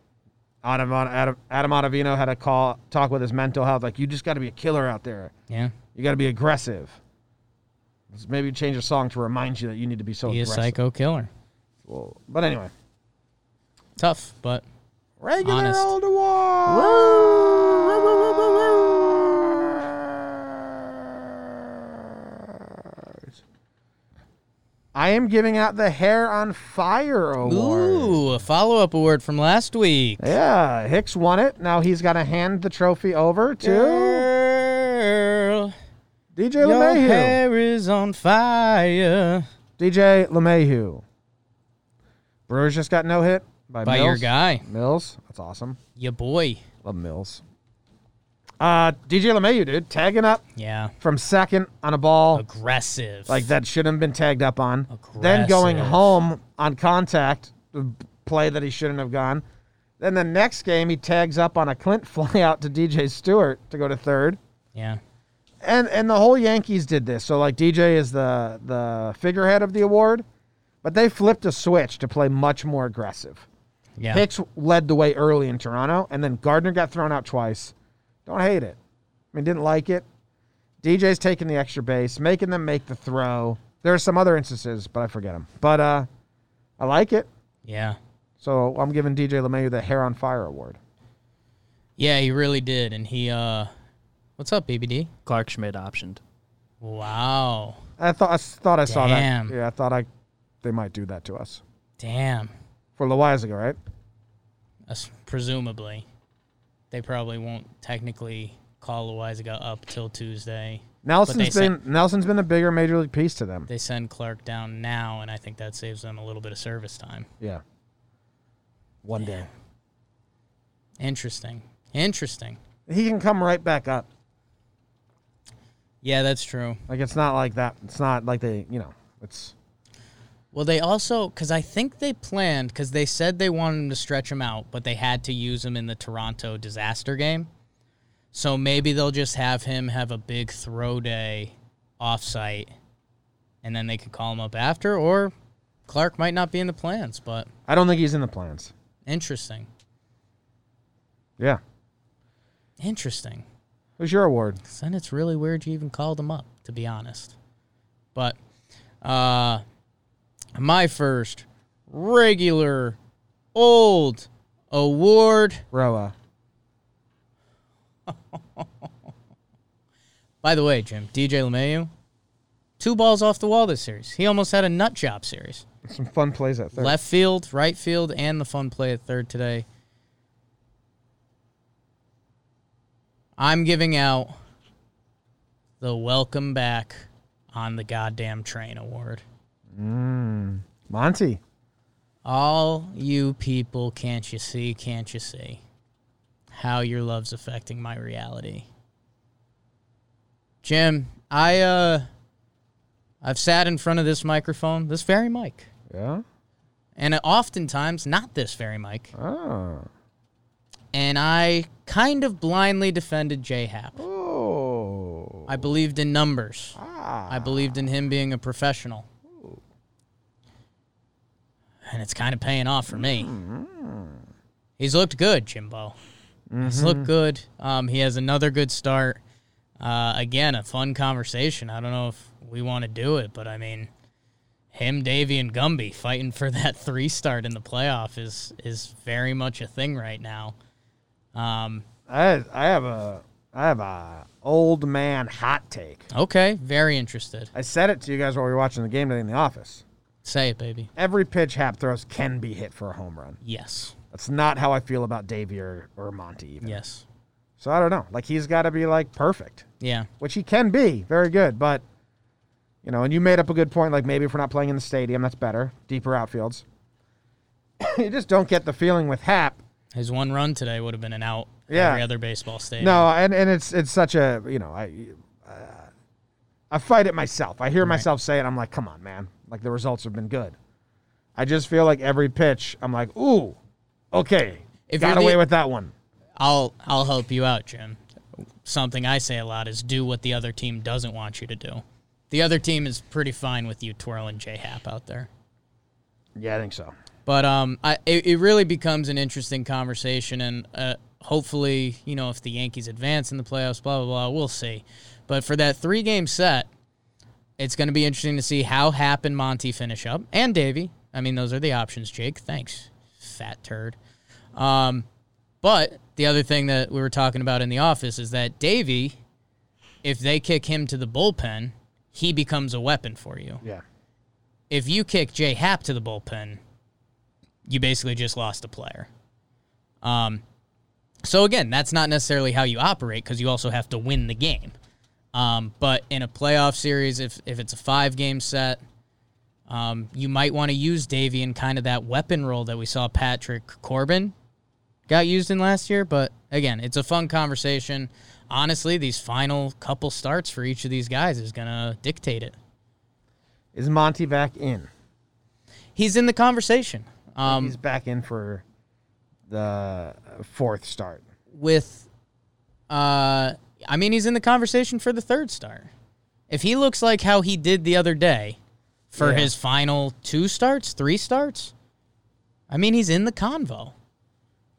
Speaker 1: Adam Adam Adam Ottavino had a call talk with his mental health. Like you just got to be a killer out there.
Speaker 3: Yeah.
Speaker 1: You got to be aggressive. Let's maybe change a song to remind you that you need to be so
Speaker 3: He is
Speaker 1: aggressive.
Speaker 3: psycho killer.
Speaker 1: Well, but anyway,
Speaker 3: Tough, but
Speaker 1: regular
Speaker 3: Honest.
Speaker 1: old war. I am giving out the Hair on Fire award.
Speaker 3: Ooh, a follow up award from last week.
Speaker 1: Yeah, Hicks won it. Now he's got to hand the trophy over to
Speaker 3: Girl,
Speaker 1: DJ
Speaker 3: your
Speaker 1: LeMahieu.
Speaker 3: hair is on fire
Speaker 1: DJ LeMahieu. Brewers just got no hit by,
Speaker 3: by
Speaker 1: Mills.
Speaker 3: your guy,
Speaker 1: Mills. That's awesome.
Speaker 3: your boy.
Speaker 1: Love Mills. Uh, DJ LeMahieu, dude, tagging up
Speaker 3: Yeah,
Speaker 1: from second on a ball
Speaker 3: aggressive.
Speaker 1: like that shouldn't have been tagged up on. Then going
Speaker 3: Aggressive.
Speaker 1: home on contact, the play that he shouldn't have gone. Then the next game, he tags up on a Clint [laughs] flyout to DJ Stewart to go to third.
Speaker 3: Yeah,
Speaker 1: and and the whole Yankees did this. So like DJ is the the figurehead of the award, but they flipped a switch to play much more aggressive.
Speaker 3: yeah.
Speaker 1: Hicks led the way early in Toronto, and then Gardner got thrown out twice. Don't hate it. I mean, didn't like it. DJ's taking the extra base, making them make the throw. There are some other instances, but I forget them. But uh, I like it.
Speaker 3: yeah.
Speaker 1: So I'm giving DJ LeMayu the Hair on Fire award.
Speaker 3: Yeah, he really did. And he, uh, what's up, BBD?
Speaker 4: Clark Schmidt optioned.
Speaker 3: Wow.
Speaker 1: I thought I thought I saw that.
Speaker 3: Damn.
Speaker 1: Yeah, I thought I they might do that to us
Speaker 3: Damn.
Speaker 1: for Loizaga, right?
Speaker 3: Us- presumably. They probably won't technically call Loizaga up till Tuesday.
Speaker 1: Nelson's
Speaker 3: they
Speaker 1: been
Speaker 3: sent-
Speaker 1: Nelson's been a bigger major league piece to them.
Speaker 3: They send Clark down now, and I think that saves them a little bit of service time.
Speaker 1: Yeah. One day
Speaker 3: Interesting. Interesting.
Speaker 1: he can come right back up.
Speaker 3: Yeah, that's true.
Speaker 1: Like it's not like that. It's not like they, you know, it's
Speaker 3: Well, they also, because I think they planned, because they said they wanted him to stretch him out, but they had to use him in the Toronto disaster game. So maybe they'll just have him have a big throw day offsite, and then they could call him up after, or Clark might not be in the plans, but
Speaker 1: I don't think he's in the plans.
Speaker 3: interesting.
Speaker 1: Yeah.
Speaker 3: Interesting.
Speaker 1: Who's your award?
Speaker 3: 'Cause then it's really weird you even called him up, to be honest. But uh my first regular old award.
Speaker 1: Roa.
Speaker 3: By the way, Jim, DJ LeMayu, two balls off the wall this series. He almost had a nut job series.
Speaker 1: Some fun plays at third.
Speaker 3: Left field, right field, and the fun play at third today. I'm giving out the welcome back on the goddamn train award.
Speaker 1: Monty.
Speaker 3: All you people, can't you see, can't you see how your love's affecting my reality? Jim, I uh I've sat in front of this microphone, this very mic,
Speaker 1: Yeah. Ah.
Speaker 3: and oftentimes not this very mic,
Speaker 1: Oh.
Speaker 3: and I kind of blindly defended J Hap.
Speaker 1: Oh.
Speaker 3: I believed in numbers.
Speaker 1: Ah.
Speaker 3: I believed in him being a professional. And it's kind of paying off for me. He's looked good, Jimbo. He's looked good. Um, he has another good start. Uh, again, a fun conversation. I don't know if we want to do it, but I mean, him, Davy, and Gumby fighting for [laughs] that three start in the playoff is is very much a thing right now. Um,
Speaker 1: I I have a I have a old man hot take.
Speaker 3: okay, very interested.
Speaker 1: I said it to you guys while we were watching the game today in the office.
Speaker 3: Say it, baby.
Speaker 1: Every pitch Hap throws can be hit for a home run.
Speaker 3: Yes,
Speaker 1: That's not how I feel about Davey or, or Monty even.
Speaker 3: yes,
Speaker 1: So I don't know. Like he's got to be like perfect,
Speaker 3: yeah.
Speaker 1: which he can be, very good. But you know, and you made up a good point. Like maybe if we're not playing in the stadium, that's better. Deeper outfields. [coughs] you just don't get the feeling with Hap
Speaker 3: His one run today would have been an out.
Speaker 1: Yeah.
Speaker 3: Every other baseball stadium.
Speaker 1: No, and, and it's it's such a you know I uh, I fight it myself. I hear myself say it. I'm like, come on, man. Like the results have been good. I just feel like every pitch, I'm like, ooh, okay,
Speaker 3: If
Speaker 1: got
Speaker 3: you're
Speaker 1: away
Speaker 3: the-
Speaker 1: with that one.
Speaker 3: I'll I'll help you out, Jim. Something I say a lot is do what the other team doesn't want you to do. The other team is pretty fine with you twirling J Hap out there.
Speaker 1: Yeah, I think so.
Speaker 3: But um, I, it, it really becomes an interesting conversation, and uh, hopefully, you know, if the Yankees advance in the playoffs, blah blah blah, we'll see. But for that three game set, it's going to be interesting to see how Hap and Monty finish up, and Davey. I mean, those are the options, Jake. Thanks, fat turd. Um, but the other thing that we were talking about in the office is that Davey, if they kick him to the bullpen, he becomes a weapon for you
Speaker 1: Yeah,
Speaker 3: if you kick J Hap to the bullpen, you basically just lost a player. Um, so again, that's not necessarily how you operate because you also have to win the game. Um, but in a playoff series, if if it's a five game set, um, you might want to use Davey in kind of that weapon role that we saw Patrick Corbin got used in last year. But again, it's a fun conversation. Honestly, these final couple starts for each of these guys is gonna dictate it.
Speaker 1: is Monty back in?
Speaker 3: He's in the conversation. Um,
Speaker 1: He's back in for the fourth start.
Speaker 3: with uh I mean he's in the conversation for the third star. If he looks like how he did the other day for
Speaker 1: Yeah.
Speaker 3: his final two starts, three starts, I mean he's in the convo.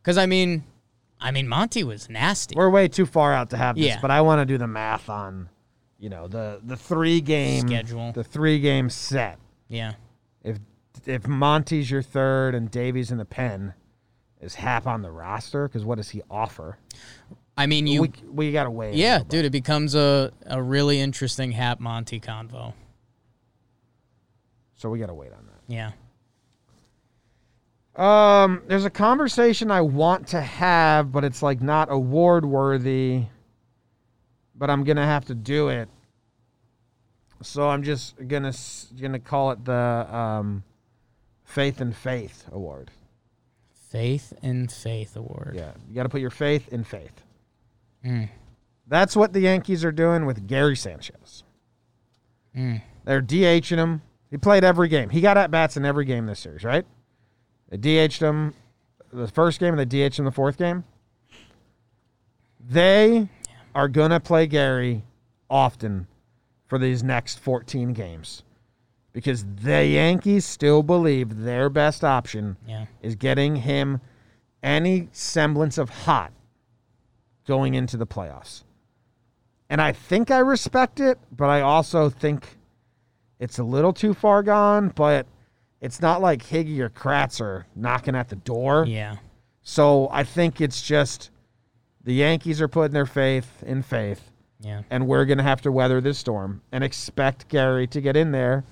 Speaker 3: Cuz I mean I mean Monty was nasty.
Speaker 1: We're way too far out to have this,
Speaker 3: Yeah.
Speaker 1: but I want to do the math on, you know, the the three game
Speaker 3: Schedule.
Speaker 1: the three game set.
Speaker 3: Yeah.
Speaker 1: if if Monty's your third and Davies in the pen, is Hap on the roster? Because what does he offer?
Speaker 3: I mean you
Speaker 1: we we got to weigh. in.
Speaker 3: Yeah, dude, it becomes a a really interesting Hap Monty convo.
Speaker 1: So we got to wait on that.
Speaker 3: Yeah.
Speaker 1: Um, there's a conversation I want to have, but it's like not award worthy. But I'm gonna have to do it. So I'm just gonna s- gonna call it the um, faith and faith award.
Speaker 3: Faith and Faith Award.
Speaker 1: Yeah, you got to put your faith in faith. That's what the Yankees are doing with Gary Sanchez. They're DHing him. He played every game. He got at bats in every game this series, right? They DH'd him the first game and they DH'd him the fourth game. They are going to play Gary often for these next 14 games because the Yankees still believe their best option
Speaker 3: Yeah.
Speaker 1: is getting him any semblance of hot going into the playoffs. And I think I respect it, but I also think it's a little too far gone, but it's not like Higgy or Kratz are knocking at the door.
Speaker 3: Yeah.
Speaker 1: So I think it's just the Yankees are putting their faith in faith
Speaker 3: Yeah.
Speaker 1: and we're going to have to weather this storm and expect Gary to get in there.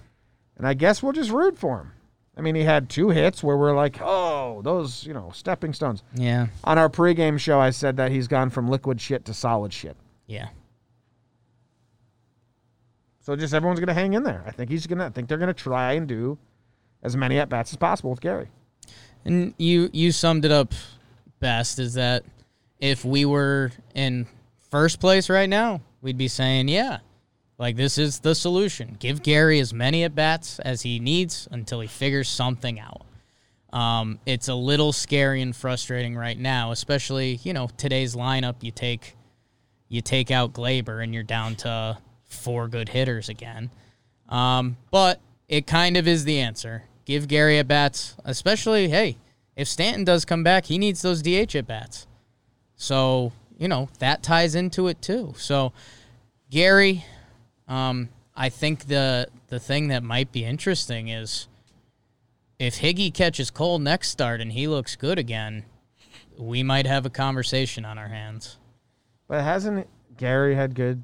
Speaker 1: And I guess we'll just root for him. I mean, he had two hits where we're like, oh, those, you know, stepping stones.
Speaker 3: Yeah.
Speaker 1: On our pregame show, I said that he's gone from liquid shit to solid shit.
Speaker 3: Yeah.
Speaker 1: So just everyone's going to hang in there. I think he's going to, I think they're going to try and do as many at bats as possible with Gary.
Speaker 3: And you you summed it up best is that if we were in first place right now, we'd be saying, yeah, like this is the solution. Give Gary as many at bats as he needs until he figures something out. Um, it's a little scary and frustrating right now, especially you know today's lineup. You take you take out Glaber and you're down to four good hitters again. Um, but it kind of is the answer. Give Gary at bats, especially hey, if Stanton does come back, he needs those DH at bats. So you know that ties into it too. So Gary, um, I think the the thing that might be interesting is if Higgy catches Cole next start and he looks good again, we might have a conversation on our hands.
Speaker 1: But hasn't Gary had good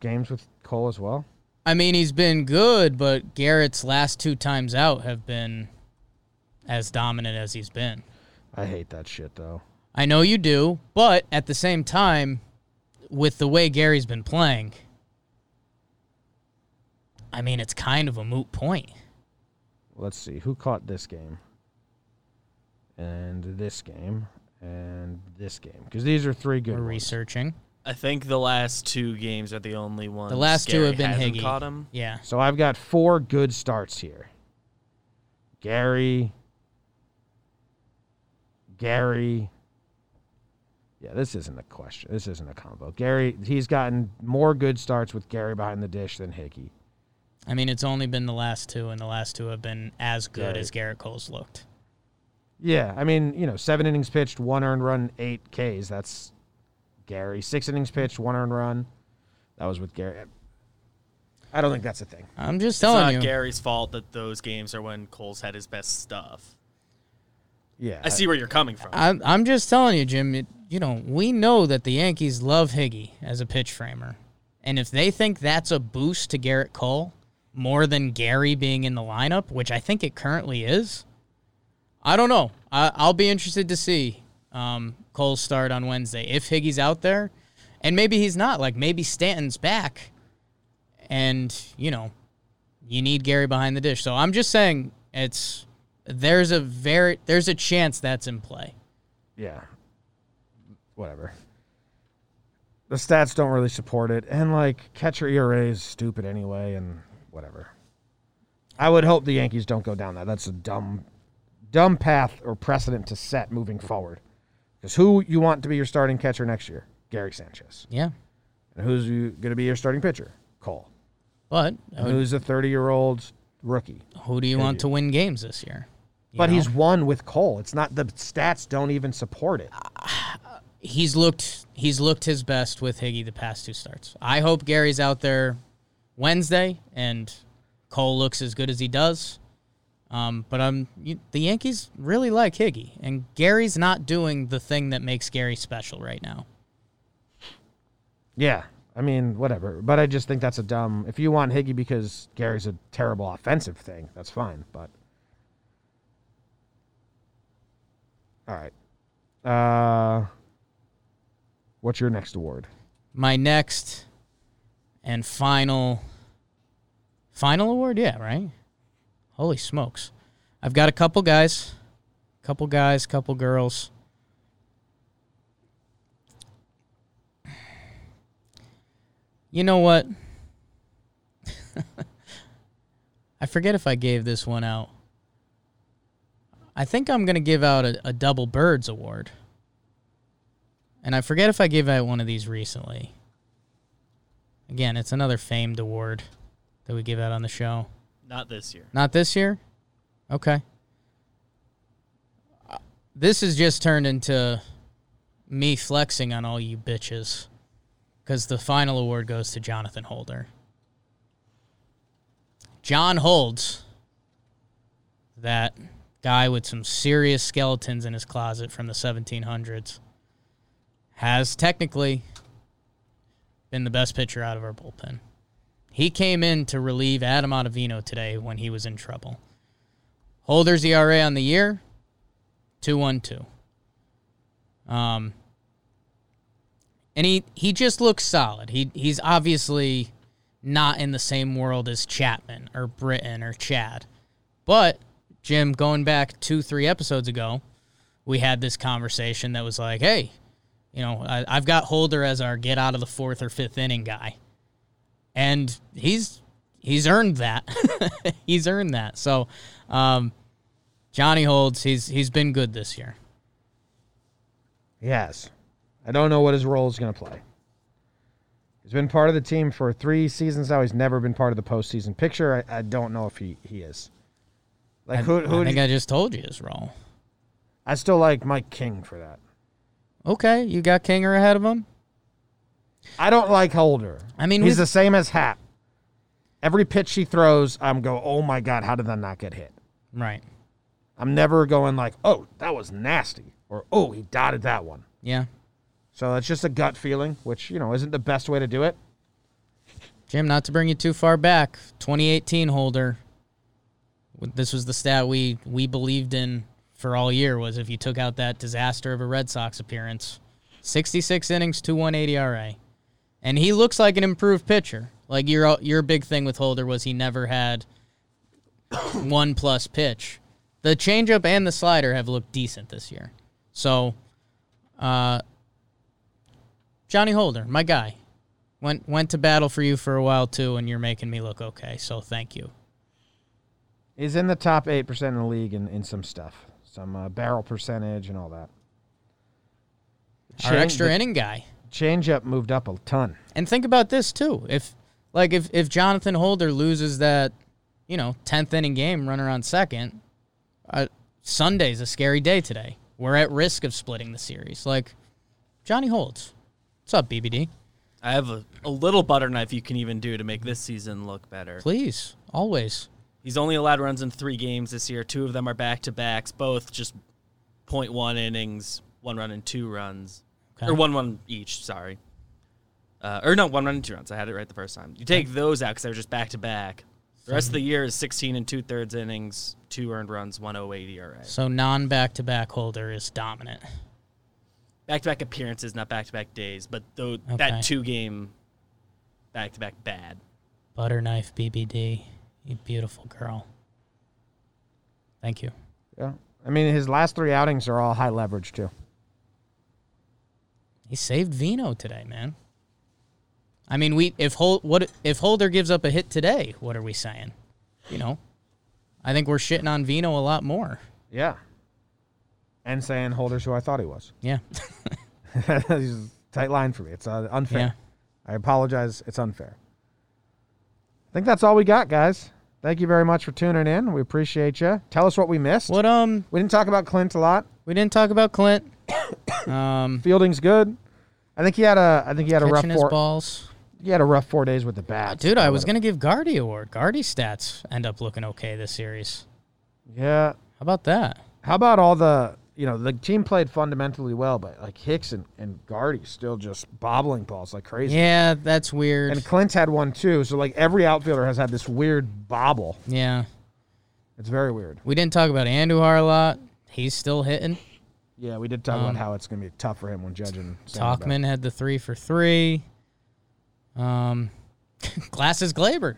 Speaker 1: games with Cole as well?
Speaker 3: I mean, he's been good, but Garrett's last two times out have been as dominant as he's been.
Speaker 1: I hate that shit though.
Speaker 3: I know you do, but at the same time, with the way Gary's been playing, I mean, it's kind of a moot point.
Speaker 1: Let's see who caught this game and this game and this game because these are three good
Speaker 3: We're
Speaker 1: ones.
Speaker 3: researching.
Speaker 4: I think the last two games are the only ones.
Speaker 3: The last two
Speaker 4: Gary
Speaker 3: have been
Speaker 4: hasn't
Speaker 3: Higgy.
Speaker 4: Caught him.
Speaker 3: Yeah.
Speaker 1: So I've got four good starts here. Gary. Gary. Yeah, this isn't a question. This isn't a combo. Gary, he's gotten more good starts with Gary behind the dish than Hickey.
Speaker 3: I mean, it's only been the last two, and the last two have been as good
Speaker 1: Right.
Speaker 3: as Garrett Cole's looked.
Speaker 1: Yeah, I mean, you know, seven innings pitched, one earned run, eight Ks. That's Gary. Six innings pitched, one earned run. That was with Gary. I don't think that's a thing.
Speaker 3: I'm just
Speaker 4: It's not
Speaker 3: telling you.
Speaker 4: Gary's fault that those games are when Cole's had his best stuff.
Speaker 1: Yeah.
Speaker 3: Uh,
Speaker 4: I see where you're coming from.
Speaker 3: I'm, I'm just telling you, Jim. It, you know, we know that the Yankees love Higgy as a pitch framer, and if they think that's a boost to Garrett Cole more than Gary being in the lineup, which I think it currently is, I don't know. I, I'll be interested to see um, Cole's start on Wednesday if Higgy's out there, and maybe he's not. Like maybe Stanton's back, and you know, you need Gary behind the dish. So I'm just saying it's. There's a very there's a chance that's in play.
Speaker 1: yeah, whatever. The stats don't really support it, and like catcher ERA is stupid anyway, and whatever. I would hope the Yankees don't go down that. That's a dumb, dumb path or precedent to set moving forward. Because who you want to be your starting catcher next year? Gary Sanchez.
Speaker 3: Yeah.
Speaker 1: And who's going to be your starting pitcher? Cole.
Speaker 3: But uh,
Speaker 1: And who's a 30 year old rookie?
Speaker 3: who do you want to win games this year? You
Speaker 1: But
Speaker 3: know?
Speaker 1: he's won with Cole. It's not the stats don't even support it.
Speaker 3: he's looked he's looked his best with Higgy the past two starts. I hope Gary's out there Wednesday and Cole looks as good as he does. Um, but I'm you, the Yankees really like Higgy, and Gary's not doing the thing that makes Gary special right now.
Speaker 1: Yeah. I mean, whatever. But I just think that's a dumb. If you want Higgy because Gary's a terrible offensive thing, that's fine. But. All right. Uh, what's your next award?
Speaker 3: My next and final final award, yeah, right? Holy smokes. I've got a couple guys, couple guys, couple girls. You know what? [laughs] I forget if I gave this one out. I think I'm going to give out a, a Double Birds award. And I forget if I gave out one of these recently. Again, it's another famed award that we give out on the show.
Speaker 4: Not this year.
Speaker 3: Not this year? Okay. This has just turned into me flexing on all you bitches because the final award goes to Jonathan Holder. John Holds, that guy with some serious skeletons in his closet from the 1700s, has technically been the best pitcher out of our bullpen. He came in to relieve Adam Ottavino today when he was in trouble. Holder's ERA on the year, 2-1-2. Um, and he, he just looks solid. He He's obviously not in the same world as Chapman or Britton or Chad. But, Jim, going back two, three episodes ago, we had this conversation that was like, hey, you know, I, I've got Holder as our get out of the fourth or fifth inning guy and [laughs] he's he's earned that. he's earned that. So, um, Johnny Holds, he's he's been good this year.
Speaker 1: He has. I don't know what his role is going to play. He's been part of the team for three seasons now. He's never been part of the postseason picture. I, I don't know if he, he is. Like who?
Speaker 3: I
Speaker 1: who? do
Speaker 3: think
Speaker 1: you-
Speaker 3: I just told you his role.
Speaker 1: I still like Mike King for that.
Speaker 3: Okay, you got Kinger ahead of him.
Speaker 1: I don't like Holder.
Speaker 3: I mean,
Speaker 1: he's
Speaker 3: we've-
Speaker 1: the same as Hap. Every pitch he throws, I'm go, oh my god, how did that not get hit?
Speaker 3: Right.
Speaker 1: I'm never going like, oh, that was nasty, or oh, he dotted that one.
Speaker 3: Yeah.
Speaker 1: So that's just a gut feeling, which you know isn't the best way to do it.
Speaker 3: Jim, not to bring you too far back, 2018 holder. This was the stat we we believed in for all year was if you took out that disaster of a Red Sox appearance, 66 innings, 2.180 RA, and he looks like an improved pitcher. Like your your big thing with Holder was he never had [coughs] one plus pitch. The changeup and the slider have looked decent this year. So, uh, Johnny Holder, my guy, went went to battle for you for a while too, and you're making me look okay. So thank you.
Speaker 1: He's in the top eight percent in the league in, in some stuff, some uh, barrel percentage and all that.
Speaker 3: Our extra inning guy.
Speaker 1: change up moved up a ton.
Speaker 3: And think about this too. If like if if Jonathan Holder loses that, you know, tenth inning game, runner on second, uh, Sunday's a scary day today. We're at risk of splitting the series. Like Johnny Holds. What's up, BBD?
Speaker 4: I have a, a little butter knife you can even do to make this season look better.
Speaker 3: Please, always.
Speaker 4: He's only allowed runs in three games this year. Two of them are back to backs, both just 0.1 innings, one run and two runs,
Speaker 3: Okay.
Speaker 4: or one run each. Sorry, uh, or no, one run and two runs. I had it right the first time. You take those out because they were just back to back. The rest of the year is 16 and two thirds innings, two earned runs, 108 ERA.
Speaker 3: So non back to back Holder is dominant.
Speaker 4: Back to back appearances, not back to back days, but though
Speaker 3: Okay.
Speaker 4: that two game back to back bad.
Speaker 3: Butter knife BBD, you beautiful girl. Thank you.
Speaker 1: Yeah, I mean his last three outings are all high leverage too.
Speaker 3: He saved Vino today, man. I mean, we if Hol, what if Holder gives up a hit today? What are we saying? You know, I think we're shitting on Vino a lot more.
Speaker 1: Yeah, and saying Holder's who I thought he was.
Speaker 3: Yeah,
Speaker 1: [laughs]
Speaker 3: [laughs]
Speaker 1: He's a tight line for me. It's uh, unfair.
Speaker 3: yeah.
Speaker 1: I apologize. It's unfair. I think that's all we got, guys. Thank you very much for tuning in. We appreciate you. Tell us what we missed.
Speaker 3: What um,
Speaker 1: We didn't talk about Clint a lot.
Speaker 3: we didn't talk about Clint. Um,
Speaker 1: Fielding's good. I think he had a. I think he had a rough
Speaker 3: catching his
Speaker 1: four.
Speaker 3: balls.
Speaker 1: He had a rough four days with the uh, bat,
Speaker 3: Dude, I was gonna give Guardy award. Guardy stats end up looking okay this series.
Speaker 1: Yeah.
Speaker 3: How about that?
Speaker 1: How about all the? You know, the team played fundamentally well, but like Hicks and and Guardy still just bobbling balls like crazy.
Speaker 3: Yeah, that's weird.
Speaker 1: And Clint had one too. So like every outfielder has had this weird bobble.
Speaker 3: yeah,
Speaker 1: It's very weird.
Speaker 3: we didn't talk about Andujar a lot. He's still hitting.
Speaker 1: Yeah, we did talk about how it's going to be tough for him when judging. Sandberg.
Speaker 3: Um, Talkman had the three for three. Um, [laughs] Glasses Glaber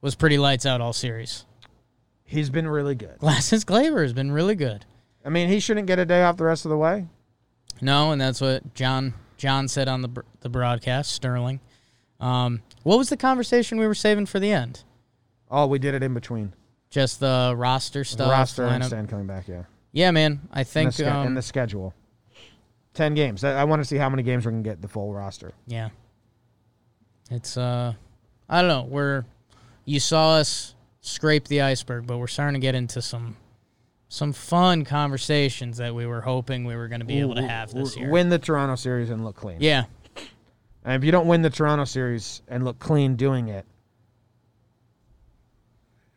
Speaker 3: was pretty lights out all series. [laughs]
Speaker 1: He's been really good.
Speaker 3: Glasses Glaber has been really good.
Speaker 1: I mean, he shouldn't get a day off the rest of the way.
Speaker 3: No, and that's what John John said on the br- the broadcast. Sterling. Um, what was the conversation we were saving for the end?
Speaker 1: Oh, we did it in between.
Speaker 3: Just the roster stuff.
Speaker 1: roster and
Speaker 3: lineup.
Speaker 1: Stan coming back, yeah.
Speaker 3: Yeah, man. I
Speaker 1: And the,
Speaker 3: think.
Speaker 1: ske-
Speaker 3: um,
Speaker 1: and the schedule. 10 games. I, I want to see how many games we can get the full roster.
Speaker 3: Yeah. It's uh I don't know, we're you saw us scrape the iceberg, but we're starting to get into some some fun conversations that we were hoping we were going to be able to have this year.
Speaker 1: Win the Toronto series and look clean.
Speaker 3: Yeah.
Speaker 1: And if you don't win the Toronto series and look clean doing it,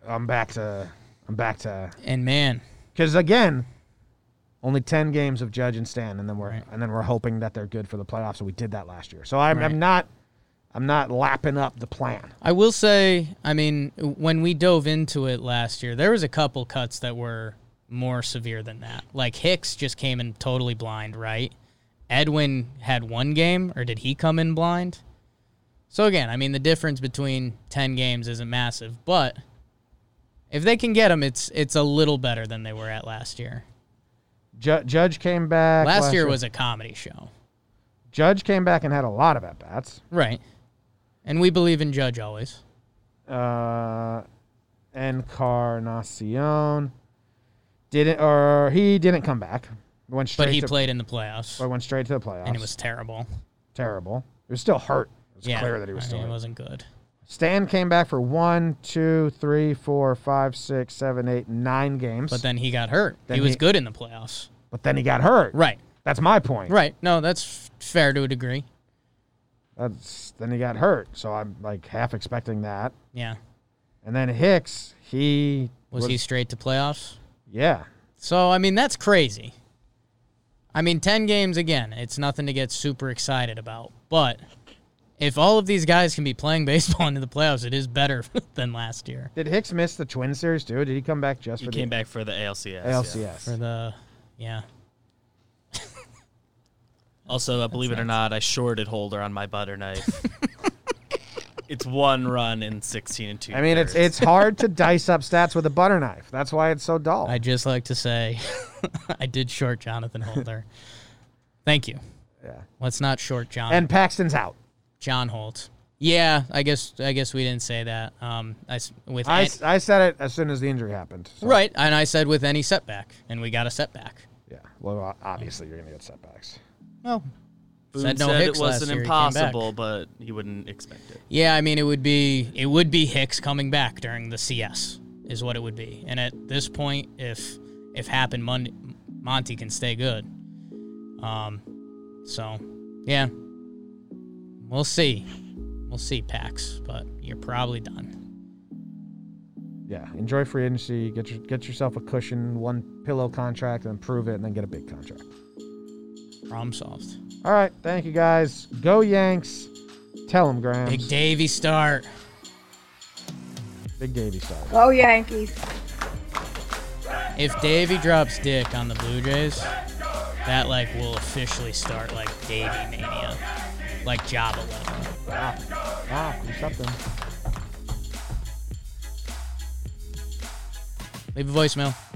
Speaker 1: I'm back to. I'm back to.
Speaker 3: And man,
Speaker 1: Because again, only ten games of Judge and Stan, and then we're
Speaker 3: Right.
Speaker 1: and then we're hoping that they're good for the playoffs. So we did that last year. So I'm,
Speaker 3: Right.
Speaker 1: I'm not, I'm not lapping up the plan.
Speaker 3: I will say, I mean, when we dove into it last year, there was a couple cuts that were more severe than that. Like Hicks just came in totally blind, right? Edwin had one game, or did he come in blind? So again, I mean, the difference between ten games isn't massive, but if they can get him, it's it's a little better than they were at last year.
Speaker 1: Ju- Judge came back
Speaker 3: Last, year was a comedy show,
Speaker 1: Judge came back and had a lot of at bats,
Speaker 3: right? And we believe in Judge always.
Speaker 1: uh, Encarnacion, didn't or he didn't come back. Went straight
Speaker 3: but he
Speaker 1: to,
Speaker 3: played in the playoffs,
Speaker 1: or went straight to the playoffs.
Speaker 3: and it was terrible.
Speaker 1: terrible. He was still hurt. It was
Speaker 3: yeah,
Speaker 1: clear that he was
Speaker 3: I
Speaker 1: still
Speaker 3: mean,
Speaker 1: hurt.
Speaker 3: It wasn't good.
Speaker 1: Stan came back for one, two, three, four, five, six, seven, eight, nine games.
Speaker 3: But then he got hurt.
Speaker 1: Then
Speaker 3: he was
Speaker 1: he-
Speaker 3: good in the playoffs.
Speaker 1: but then he got hurt.
Speaker 3: Right.
Speaker 1: That's my point.
Speaker 3: Right. No, that's f- fair to a degree.
Speaker 1: That's then he got hurt. So I'm like half expecting that.
Speaker 3: Yeah.
Speaker 1: And then Hicks, he
Speaker 3: Was he straight to playoffs?
Speaker 1: Yeah.
Speaker 3: So I mean, that's crazy. I mean, ten games again. It's nothing to get super excited about. But if all of these guys can be playing [laughs] baseball into the playoffs, it is better [laughs] than last year
Speaker 1: Did Hicks miss the twin series too? Did he come back just
Speaker 4: He
Speaker 1: for
Speaker 4: came
Speaker 1: the
Speaker 4: back for the ALCS. yeah.
Speaker 1: ALCS?
Speaker 3: for the yeah.
Speaker 4: Also, uh, believe it or not, I shorted Holder on my
Speaker 3: [laughs]
Speaker 4: butter knife. it's one run in 16 and two.
Speaker 1: I mean, it's
Speaker 4: thirds.
Speaker 1: it's hard to dice up stats with a butter knife. That's why it's so dull.
Speaker 3: I just like to say, [laughs] I did short
Speaker 1: [laughs]
Speaker 3: Jonathan Holder. Thank you.
Speaker 1: Yeah.
Speaker 3: Let's not short John.
Speaker 1: and Paxton's out.
Speaker 3: John Holt. Yeah, I guess I guess we didn't say that. Um, I s- with
Speaker 1: I,
Speaker 3: an-
Speaker 1: s- I said it as soon as the injury happened. So,
Speaker 3: right, and I said with any setback, and we got a setback.
Speaker 1: Yeah. Well, obviously you're gonna get setbacks. Oh.
Speaker 3: Well,
Speaker 4: Boone
Speaker 3: said no Hicks
Speaker 4: it
Speaker 3: last
Speaker 4: wasn't
Speaker 3: year, he came back.
Speaker 4: impossible, but he wouldn't expect it.
Speaker 3: yeah, I mean it would be it would be Hicks coming back during the CS is what it would be, and at this point, if if happen Monday, Monty can stay good. Um, so yeah, we'll see, we'll see Pax, but you're probably done.
Speaker 1: Yeah. Enjoy free agency. Get your, get yourself a cushion, one pillow contract, and prove it, and then get a big contract.
Speaker 3: Problem solved.
Speaker 1: All right. Thank you guys. Go Yanks. Tell them, Graham.
Speaker 3: Big Davy start.
Speaker 1: Big Davey style.
Speaker 3: Oh.
Speaker 7: Go Yankees.
Speaker 3: If Davy drops dick on the Blue Jays, that like will officially start like Davy mania, like job eleven.
Speaker 1: Ah, do something.
Speaker 3: Leave a voicemail.